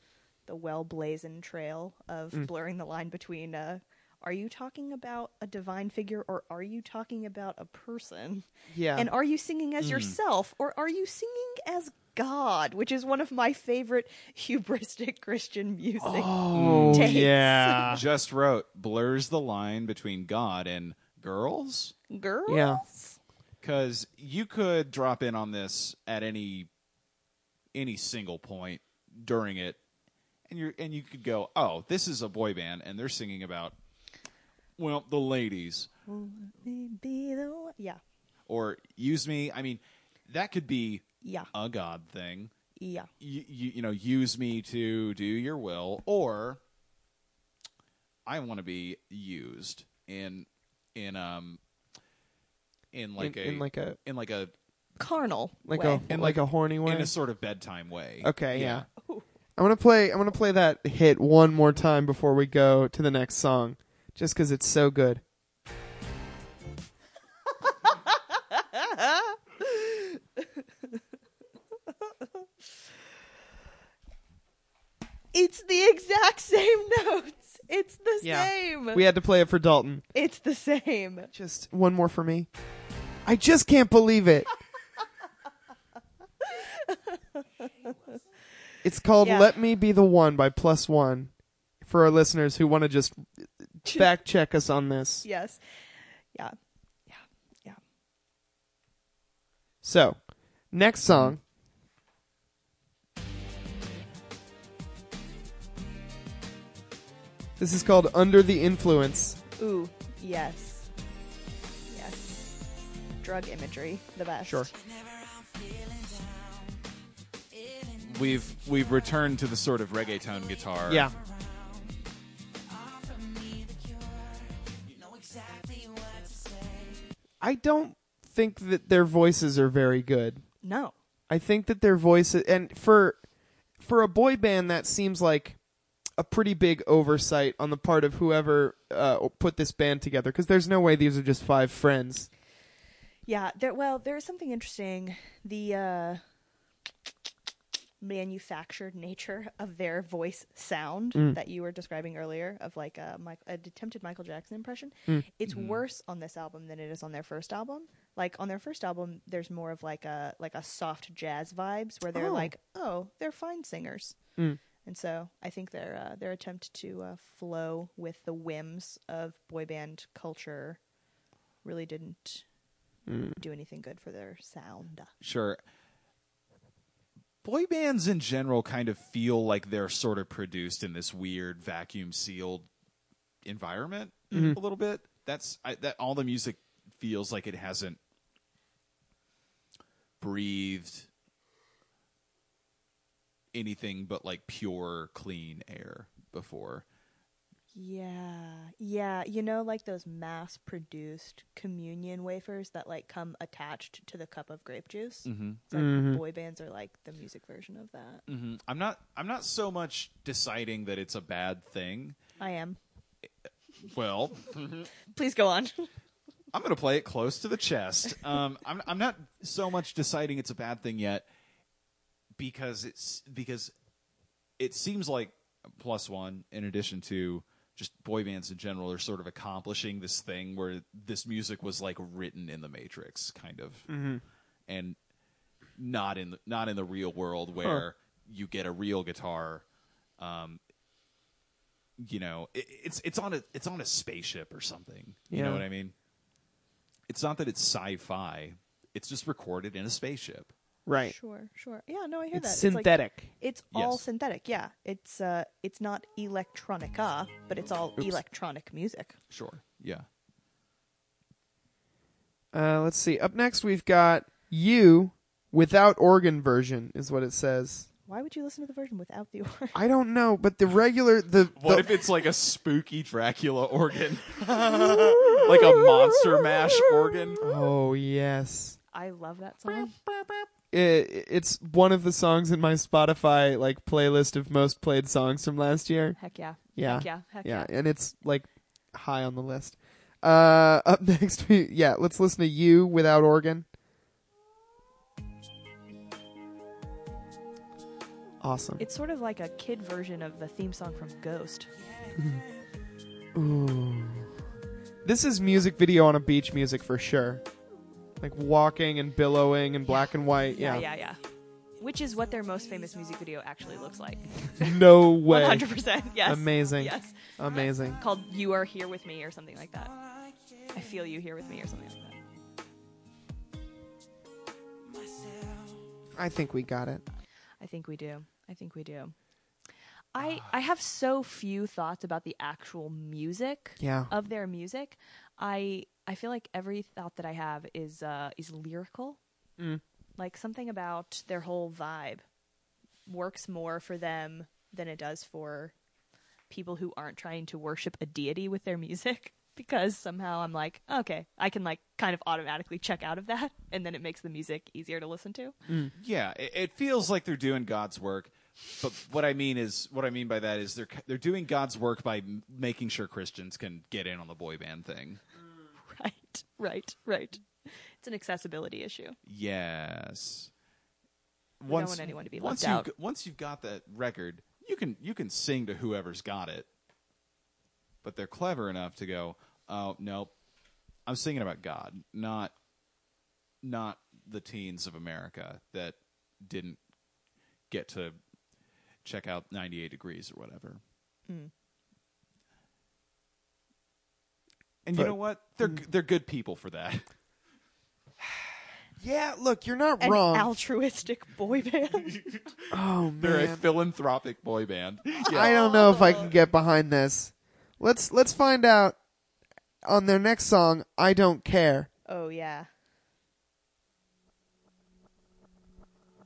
the well blazoned trail of Mm. blurring the line between uh are you talking about a divine figure or are you talking about a person? Yeah. Mm. And are you singing as yourself or are you singing as God, which is one of my favorite hubristic Christian music. oh takes. yeah. Just wrote blurs the line between God and girls. Girls? Yeah. because you could drop in on this at any any single point during it and you and you could go oh this is a boy band and they're singing about well the ladies Be the one- Yeah. or use me i mean that could be Yeah. a god thing Yeah. you, you, you know use me to do your will or i want to be used in in um in like in, a in like a in like a Carnal. like way. a like a horny in way. a sort of bedtime way. Okay, yeah. I want to play. I want to play that hit one more time before we go to the next song, just because it's so good. It's the exact same notes. It's the Yeah. same. We had to play it for Dalton. it's the same. Just one more for me. I just can't believe it. it's called Yeah. "Let Me Be the One" by Plus One for our listeners who want to just fact check us on this. Yes. Yeah. So, next song. This is called Under the Influence. Ooh. Yes. Yes. Drug imagery, the best. Sure. We've we've returned to the sort of reggaeton guitar. Yeah. Offer me the cure. You know exactly what to say. I don't think that their voices are very good. No. I think that their voices and for for a boy band that seems like a pretty big oversight on the part of whoever uh, put this band together because there's no way these are just five friends. Yeah. There. Well, there is something interesting. The uh, manufactured nature of their voice sound Mm. that you were describing earlier of like a, Mike, a attempted Michael Jackson impression. Mm. It's Mm-hmm. worse on this album than it is on their first album. Like on their first album, there's more of like a like a soft jazz vibes where they're Oh. like, oh, they're fine singers. Mm. And so I think their uh, their attempt to uh, flow with the whims of boy band culture really didn't do anything good for their sound. Sure. Boy bands in general kind of feel like they're sort of produced in this weird vacuum sealed environment a little bit. That's I, that all the music feels like it hasn't breathed anything but like pure clean air before. Yeah, yeah. You know, like those mass produced communion wafers that like come attached to the cup of grape juice. Mm-hmm. It's like boy bands are like the music version of that. Mm. I'm not I'm not so much deciding that it's a bad thing. I am. Well, Please go on. I'm going to play it close to the chest. Um, I'm I'm not so much deciding it's a bad thing yet because it's because it seems like plus one in addition to just boy bands in general are sort of accomplishing this thing where this music was like written in the matrix kind of and not in the, not in the real world where you get a real guitar um you know it, it's it's on a it's on a spaceship or something you know Yeah. what i mean it's not that it's sci-fi it's just recorded in a spaceship Right. Sure, sure. Yeah, no, I hear It's that. It's like- synthetic. It's all Yes. synthetic, yeah. It's uh, it's not electronica, but it's all electronic music. sure yeah Uh, let's see. Up next, we've got you without organ version is what it says. Why would you listen to the version without the organ? I don't know, but the regular the What the, if it's like a spooky Dracula organ? like a monster mash organ? oh yes, I love that song. it, it's one of the songs in my Spotify like playlist of most played songs from last year. Heck yeah. Yeah. Heck yeah. Heck yeah, yeah. and it's like high on the list. Uh, up next, we yeah, let's listen to you without organ. Awesome. It's sort of like a kid version of the theme song from Ghost. This is music video on a beach music for sure. Like walking and billowing and black and white. Yeah. yeah, yeah. Which is what their most famous music video actually looks like. No way. 100%. Yes. Amazing. Yes. Amazing. Called You Are Here With Me or something like that. I Feel You Here With Me or something like that. I think we got it. I think we do. I think we do. I I have so few thoughts about the actual music Yeah. of their music. I I feel like every thought that I have is uh is lyrical. Like something about their whole vibe works more for them than it does for people who aren't trying to worship a deity with their music because somehow I'm like, okay, I can like kind of automatically check out of that and then it makes the music easier to listen to. Yeah, it, it feels like they're doing God's work. But what I mean is, what I mean by that is they're they're doing God's work by m- making sure Christians can get in on the boy band thing. Right, right, right. It's an accessibility issue. Yes. don't want anyone to be once left you out. g- once you've got that record, you can you can sing to whoever's got it. But they're clever enough to go, "Oh, no. I'm singing about God, not not the teens of America that didn't get to check out 98 degrees or whatever." Hmm. And you But- know what? They're g they're good people for that. Yeah, look, you're not An wrong. altruistic boy band. oh They're a man. philanthropic boy band. Yeah. I don't know if I can get behind this. Let's let's find out on their next song, I don't care. oh yeah.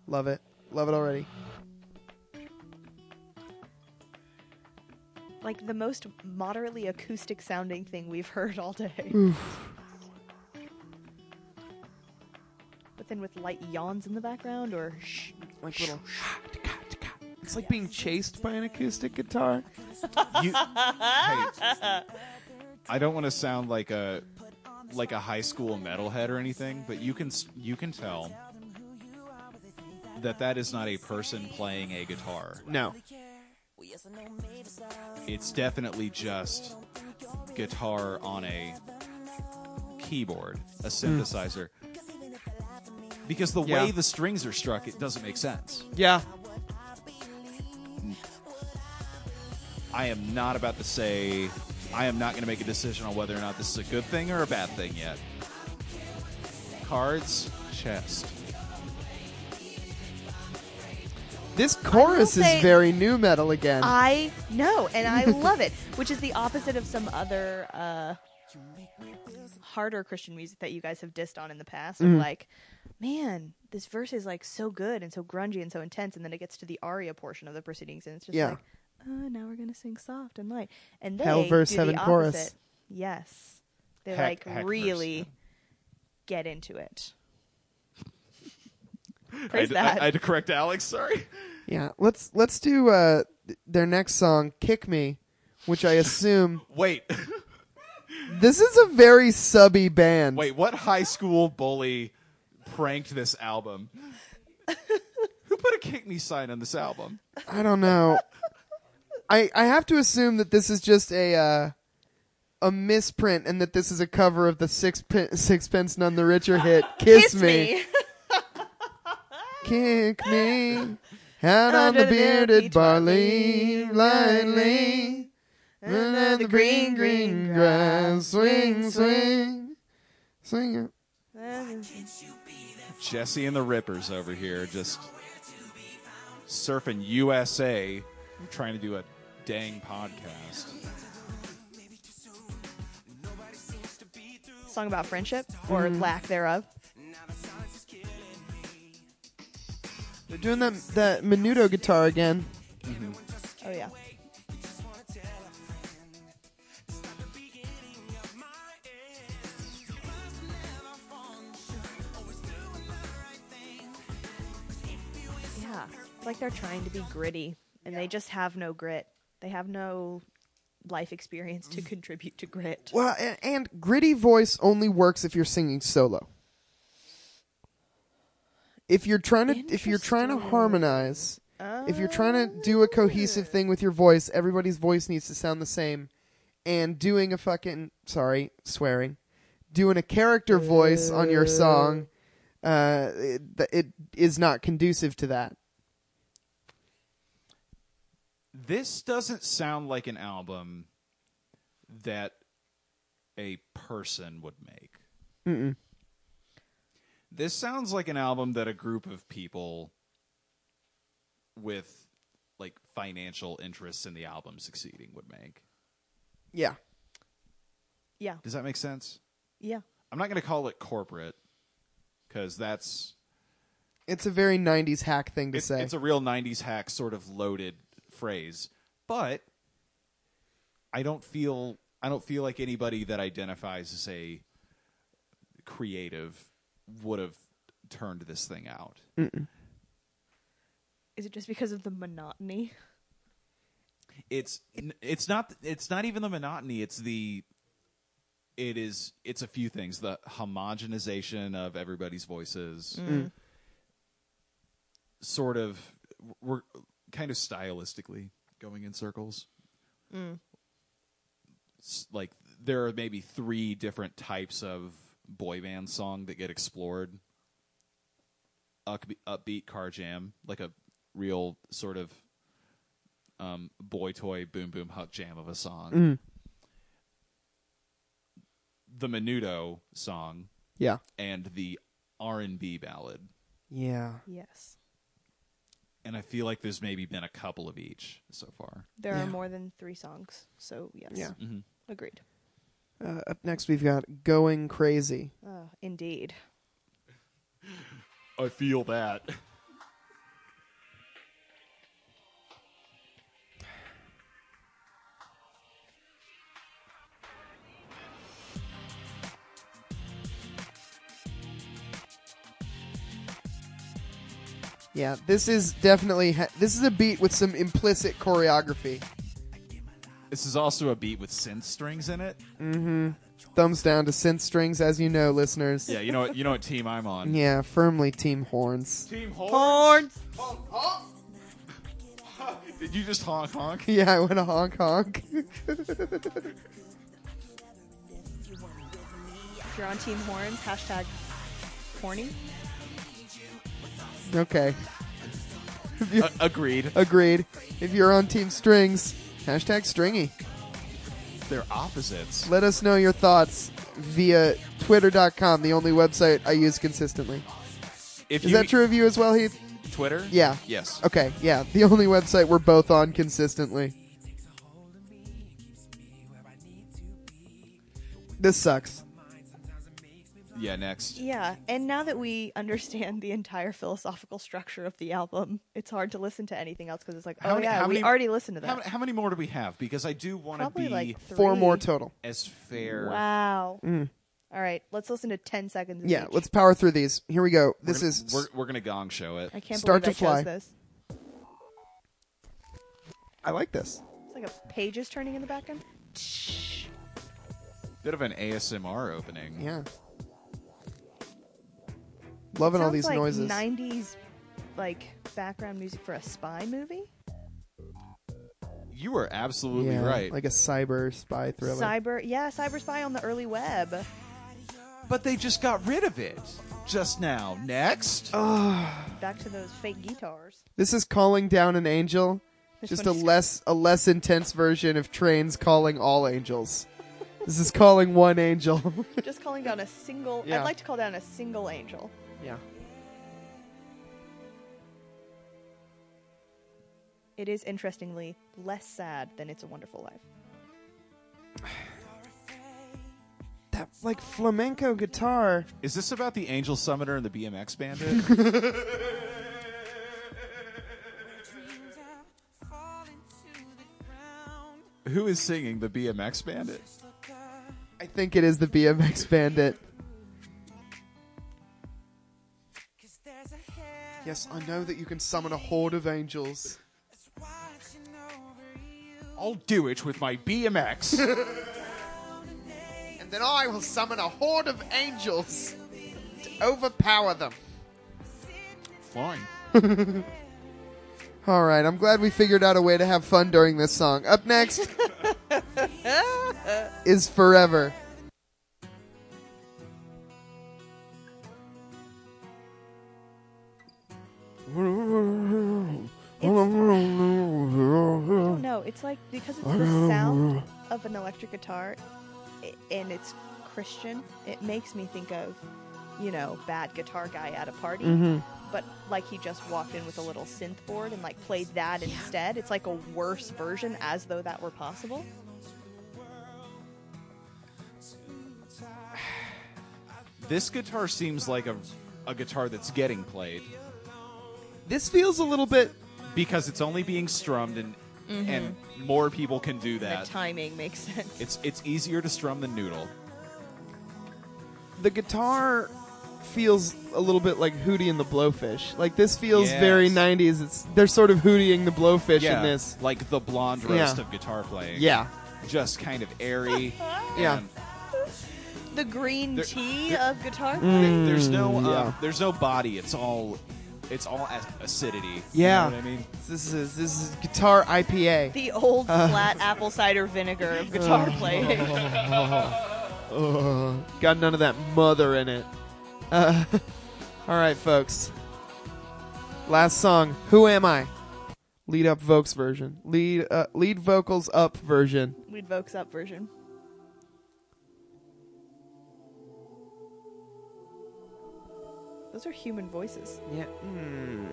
Love it. Love it already. Like the most moderately acoustic sounding thing we've heard all day. But then with light yawns in the background or shh. Like little ah, It's like being chased by an acoustic guitar. You- Hey, I don't want to sound like a like a high school metalhead or anything, but you can s- you can tell that that is not a person playing a guitar. No. It's definitely just guitar on a keyboard, a synthesizer. Because the Yeah. way the strings are struck, it doesn't make sense. Yeah. I am not about to say I am not going to make a decision on whether or not this is a good thing or a bad thing yet. Cards, chest. This chorus I will is say- very new metal again. I know, and I love it, which is the opposite of some other uh, harder Christian music that you guys have dissed on in the past. Mm-hmm. Of like, man, this verse is like so good and so grungy and so intense, and then it gets to the aria portion of the proceedings, and it's just Yeah. like, oh, now we're gonna sing soft and light, and they Hell verse do heaven the chorus. opposite. Yes, they Heck- like heck verse, really yeah. get into it. I Praise had, I- that. I had to correct Alex. Sorry. yeah. Let's let's do uh, th- their next song, "Kick Me," which I assume Wait, this is a very subby band. wait. What high school bully pranked this album? Who put a kick me sign on this album? I don't know. I I have to assume that this is just a uh, a misprint, and that this is a cover of the sixpence, sixpence none the richer hit "Kiss, Me." Kick me out on the Under the bearded beach barley, barley, lightly. And Under the green, green grass, swing, swing, swing. it. Jesse and the Rippers over here, just surfing USA, trying to do a dang podcast. song about friendship or Mm-hmm. lack thereof. They're doing that that menudo guitar again. Oh yeah. Yeah, it's like they're trying to be gritty, and they just have no grit. They have no life experience Mm. to contribute to grit. Well, and, and gritty voice only works if you're singing solo. If you're trying to if you're trying to harmonize, if you're trying to do a cohesive thing with your voice, everybody's voice needs to sound the same. And doing a fucking sorry swearing, doing a character voice on your song, uh, it, it is not conducive to that. this doesn't sound like an album that a person would make. This sounds like an album that a group of people with like financial interests in the album succeeding would make. Yeah. Yeah, Does that make sense? yeah. I'm not going to call it corporate because that's It's a very 90s hack thing to it's, say. it's a real 90s hack sort of loaded phrase but i don't feel i don't feel like anybody that identifies as a creative would have turned this thing out Mm. Is it just because of the monotony? it's it's not it's not even the monotony it's the it is it's a few things the homogenization of everybody's voices sort of we're kind of stylistically going in circles S- like there are maybe three different types of boy band song that get explored Upbe- upbeat car jam like a real sort of um, boy toy boom boom huck jam of a song. Mm. The Menudo song yeah. and the R and B ballad, Yeah. Yes, and I feel like there's maybe been a couple of each so far. there Yeah. are more than three songs, so yes. Yeah. Agreed. Uh, up next, we've got Going Crazy. Uh, indeed. I feel that. Yeah, this is definitely ha- this is a beat with some implicit choreography. This is also a beat with synth strings in it. Thumbs down to synth strings, as you know, listeners. Yeah, you know what you know what team I'm on. Yeah, firmly team horns. Team Horn. Horns. Did you just honk honk? Yeah, I went a honk honk. If you're on Team Horns, hashtag horny. okay, Uh, agreed. agreed. If you're on team strings, hashtag stringy. They're opposites. Let us know your thoughts via twitter.com, the only website I use consistently. If Is you- e- that true of you as well, Heath? Twitter? Yeah. Yes. Okay, yeah, the only website we're both on consistently. This sucks. Yeah. Next. Yeah, and now that we understand the entire philosophical structure of the album, it's hard to listen to anything else because it's like, oh yeah, we already listened to that. How, how many more do we have? Because I do want to Probably be like Four three. more total. as fair. Wow. All right, let's listen to ten seconds. Of Yeah, each. let's power through these. Here we go. We're This gonna- is We're, we're gonna gong show it. I can't start believe to I fly. chose this. I like this. It's like a page is turning in the background. Bit of an ASMR opening. Yeah. Loving all Sounds these like noises. Nineties, like background music for a spy movie, You are absolutely Yeah, right. Like a cyber spy thriller. cyber. Yeah, cyber spy on the early web. but they just got rid of it just now. Next. Back to those fake guitars. this is calling down an angel. This just one a is- less a less intense version of trains calling all angels. this is calling one angel. Just calling down a single. Yeah. I'd like to call down a single angel. yeah. It is interestingly less sad than "It's a Wonderful Life." That like flamenco guitar. Is this about the Angel Summoner and the BMX Bandit? Dreams are falling to the ground. Who is singing the BMX Bandit? I think it is the BMX Bandit. Cause there's a head Yes, I know that you can summon a horde of angels. that's watching over you. I'll do it with my BMX. And then I will summon a horde of angels to overpower them. Fine. All right, I'm glad we figured out a way to have fun during this song. Up next is Forever. Oh no, it's like because it's the sound of an electric guitar i- and it's Christian, it makes me think of, you know, bad guitar guy at a party. Mm-hmm. But like he just walked in with a little synth board and like played that instead. It's like a worse version as though that were possible. This guitar seems like a a guitar that's getting played This feels a little bit because it's only being strummed and and more people can do that. Mm-hmm. The timing makes sense. It's it's easier to strum than noodle. the guitar feels a little bit like Hootie and the Blowfish. Like this feels very Yes. 90s. It's they're sort of Hootie and the Blowfish in this. like the blonde roast Yeah. of guitar playing. Yeah. just kind of airy. Yeah. and The green There- tea there- of guitar. th- there's no um, Mm, yeah. there's no body. It's all it's all ac- acidity. Yeah. you know what I mean. This is this is guitar IPA. The old flat apple cider vinegar of guitar playing. Ugh. Got none of that mother in it. Uh, all right, folks. Last song, Who Am I? Lead up Vokes version. Lead uh, lead vocals up version. We'd Vokes Up version. Those are human voices. Yeah. hmm.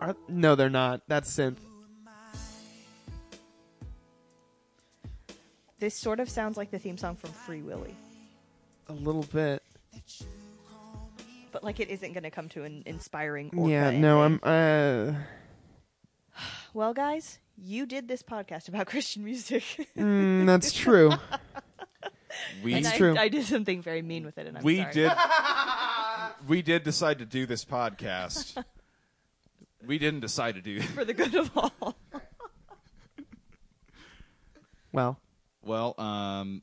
Are, no, they're not. That's synth. This sort of sounds like the theme song from Free Willy, A little bit. but like it isn't going to come to an inspiring. Orca Yeah, no, ending. I'm uh Well, guys, you did this podcast about Christian music, mm, that's true. We and It's I, true. I did something very mean with it, and I'm we sorry. did we did decide to do this podcast. we didn't decide to do. for the good of all. well, Well, um,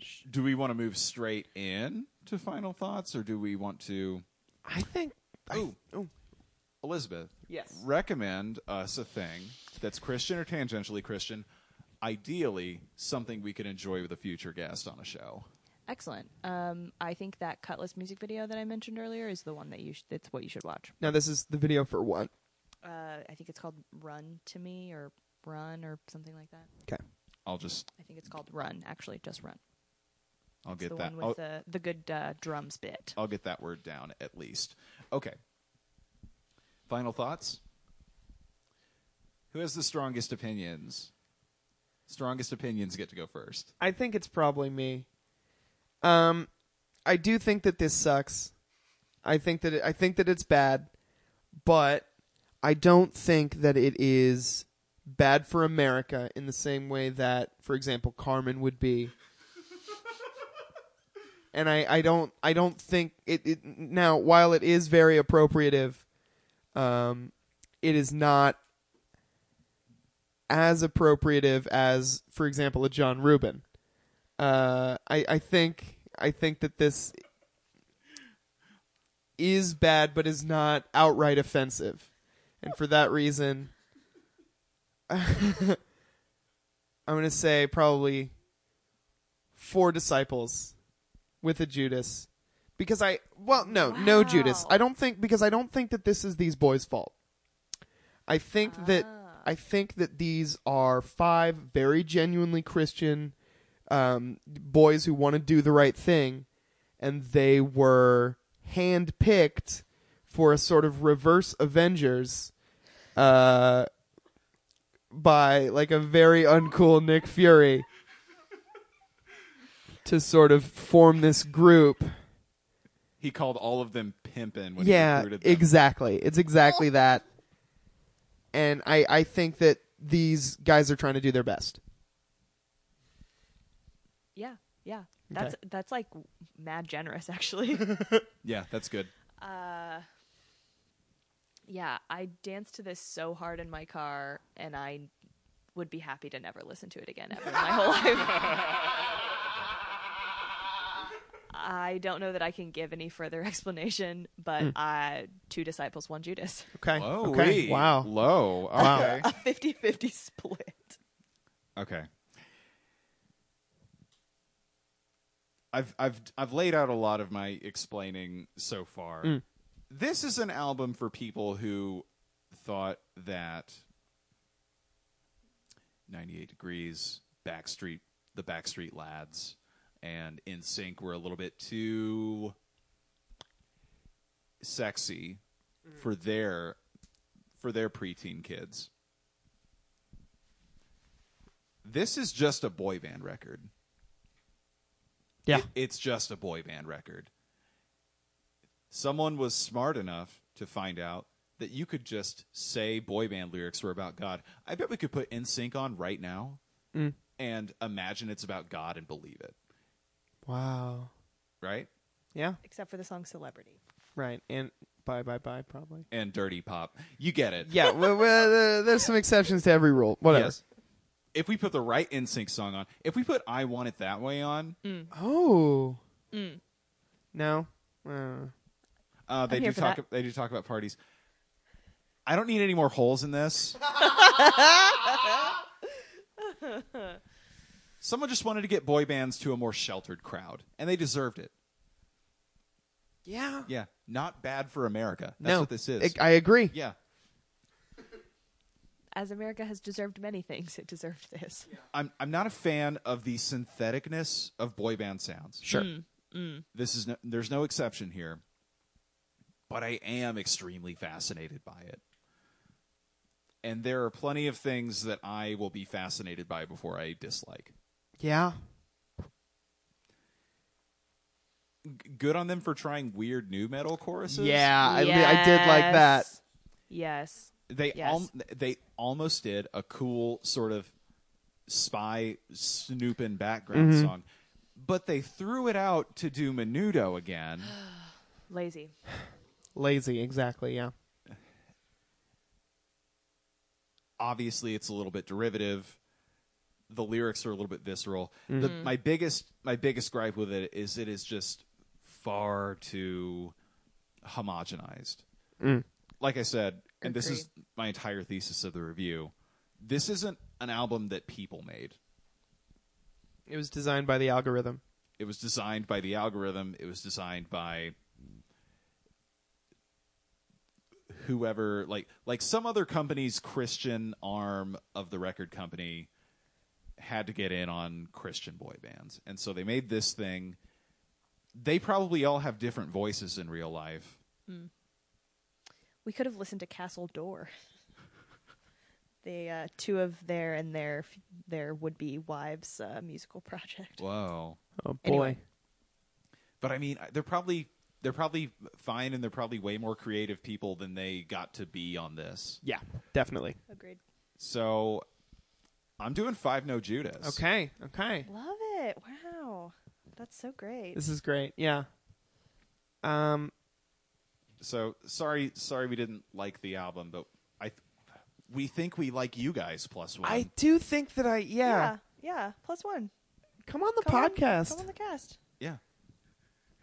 ish. Do we want to move straight in to final thoughts, or do we want to? I think. Ooh. I, oh, Elizabeth, Yes. recommend us a thing that's Christian or tangentially Christian. Ideally, something we could enjoy with a future guest on a show. Excellent. Um, I think that Cutlass music video that I mentioned earlier is the one that you. Sh- that's what you should watch. now this is the video for what? Uh, I think it's called Run to Me or Run or something like that. Okay. I'll just I think it's called Run. Actually, just Run. I'll It's get the that. Oh. one I'll, with the the good uh, drums bit. I'll get that word down at least. Okay. Final thoughts. Who has the strongest opinions? Strongest opinions get to go first. I think it's probably me. Um, I do think that this sucks. I think that it, I think that it's bad, but I don't think that it is bad for America in the same way that, for example, Carmen would be. and I, I don't I don't think it, it now while it is very appropriative, um, it is not as appropriative as, for example, a John Rubin. Uh, I, I think I think that this is bad, but is not outright offensive, and for that reason, I'm going to say probably four disciples with a Judas, because I well no no Judas. Wow. I don't think because I don't think that this is these boys' fault. I think that I think that these are five very genuinely Christian um, boys who want to do the right thing, and they were handpicked for a sort of reverse Avengers uh, by like a very uncool Nick Fury to sort of form this group. He called all of them pimpin' when he yeah, recruited them. exactly. It's exactly that. And I, I think that these guys are trying to do their best. Yeah, yeah. That's that's like mad generous actually. Yeah, that's good. yeah, I danced to this so hard in my car, and I would be happy to never listen to it again ever in my whole life. I don't know that I can give any further explanation, but Hmm. uh, two disciples, one Judas. Okay. Whoa, okay. Wow. Low. Okay. A 50 50 split. Okay. I've I've I've laid out a lot of my explaining so far. Mm. This is an album for people who thought that 98 degrees, Backstreet, the Backstreet Lads and In Sync were a little bit too sexy for their for their preteen kids. This is just a boy band record. Yeah. It- it's just a boy band record. Someone was smart enough to find out that you could just say boy band lyrics were about God. I bet we could put In Sync on right now and imagine it's about God and believe it, Wow. right? Yeah. Except for the song Celebrity. Right. And bye bye bye probably. And dirty pop. You get it. Yeah. well, well, there- there's some exceptions to every rule. Whatever. Yes. If we put the right In Sync song on, if we put I Want It That Way on, Mm, Oh. No. Uh, Uh, they I'm here do for talk. that. They do talk about parties. I don't need any more holes in this. Someone just wanted to get boy bands to a more sheltered crowd, and they deserved it. yeah. Yeah, not bad for America. That's no. what this is. I, I agree. yeah, As America has deserved many things, it deserved this. I'm. I'm not a fan of the syntheticness of boy band sounds. Sure. This is. No, there's no exception here, but I am extremely fascinated by it. And there are plenty of things that I will be fascinated by before I dislike. Yeah. g- good on them for trying weird new metal choruses. Yeah. I, I did like that. Yes. Yes. they Yes. al- they almost did a cool sort of spy snooping background Mm-hmm. song, but they threw it out to do Menudo again. Lazy. Lazy. Exactly. Yeah. Obviously, it's a little bit derivative. the lyrics are a little bit visceral. The, my biggest my biggest gripe with it is it is just far too homogenized. Like I said, and this is my entire thesis of the review. This isn't an album that people made. It was designed by the algorithm. It was designed by the algorithm. It was designed by whoever, like like some other company's Christian arm of the record company had to get in on Christian boy bands, and so they made this thing. They probably all have different voices in real life. We could have listened to Castle Door. the uh, two of their and their their would be wives uh, musical project. Whoa. Oh boy. Anyway. but I mean, they're probably they're probably fine, and they're probably way more creative people than they got to be on this. Yeah, definitely. Agreed. So, I'm doing five no Judas. Okay, okay. Love it. Wow. That's so great. This is great. Yeah. Um So sorry, sorry we didn't like the album, but I we think we like you guys plus one. I do think that I yeah. yeah. yeah. Plus one. Come on the Come on- podcast. come on the cast. yeah.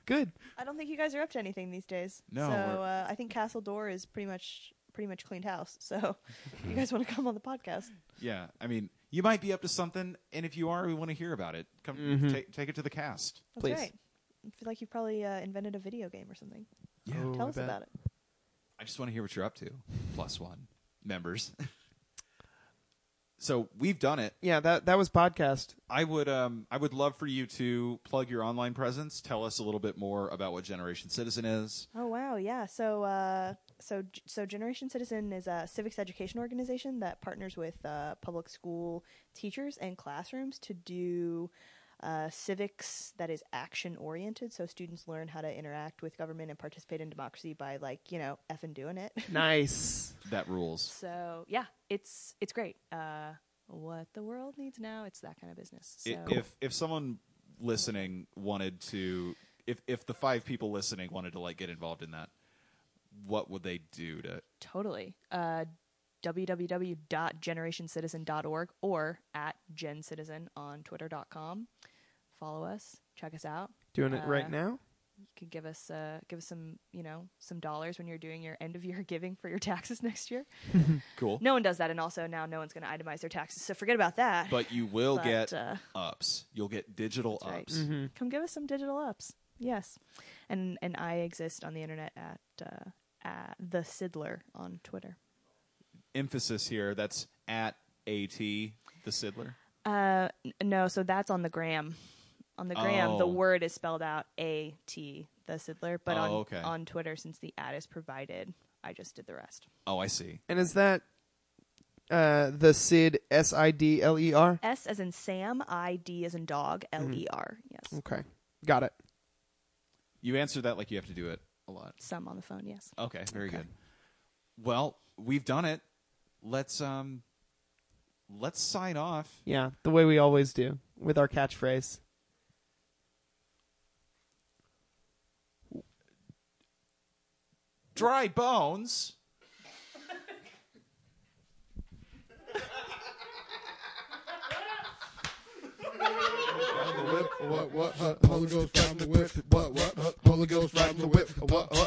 Good. I don't think you guys are up to anything these days. No, So we're- uh, I think Castle Door is pretty much pretty much cleaned house. So if you guys want to come on the podcast? Yeah, I mean, you might be up to something, and if you are, we want to hear about it. Come, take, take it to the cast. That's Please. right. I feel like you've probably uh, invented a video game or something. Yeah. Oh, Tell I us bet. about it. I just want to hear what you're up to. Plus one members. so we've done it. Yeah, that that was podcast. I would, um, I would love for you to plug your online presence. Tell us a little bit more about what Generation Citizen is. Oh wow, yeah. So uh, so so Generation Citizen is a civics education organization that partners with uh, public school teachers and classrooms to do uh, civics that is action oriented. So students learn how to interact with government and participate in democracy by like you know effing doing it. Nice. That rules. So yeah, it's it's great. Uh, what the world needs now, it's that kind of business. So I- If if someone listening wanted to, if if the five people listening wanted to like get involved in that, what would they do to? totally. Uh, www.generationcitizen.org or at GenCitizen on twitter.com. Follow us, check us out. Doing it right Uh, now. You can give us uh, give us some you know some dollars when you're doing your end of year giving for your taxes next year. Cool. No one does that, and also now no one's going to itemize their taxes, so forget about that. But you will But, get uh, ups. You'll get digital That's right. ups. come give us some digital ups yes and and i exist on the internet at uh at the sidler on twitter Emphasis here. That's at at the Siddler. uh n- no so that's on the gram on the gram the Oh. word is spelled out a t the sidler but Oh, on okay. on twitter since the ad is provided i just did the rest Oh, I see. And is that uh the Sid S I D L E R? s as in sam i d as in dog l e r Mm-hmm. yes Okay. Got it. You answer that like you have to do it a lot. some on the phone yes Okay, very good. Well, we've done it. Let's um, let's sign off. Yeah, the way we always do with our catchphrase. Dry bones. uh, What, what, uh, Holy Ghost riding the whip. What, what, uh, Holy Ghost riding the whip. What, what, uh,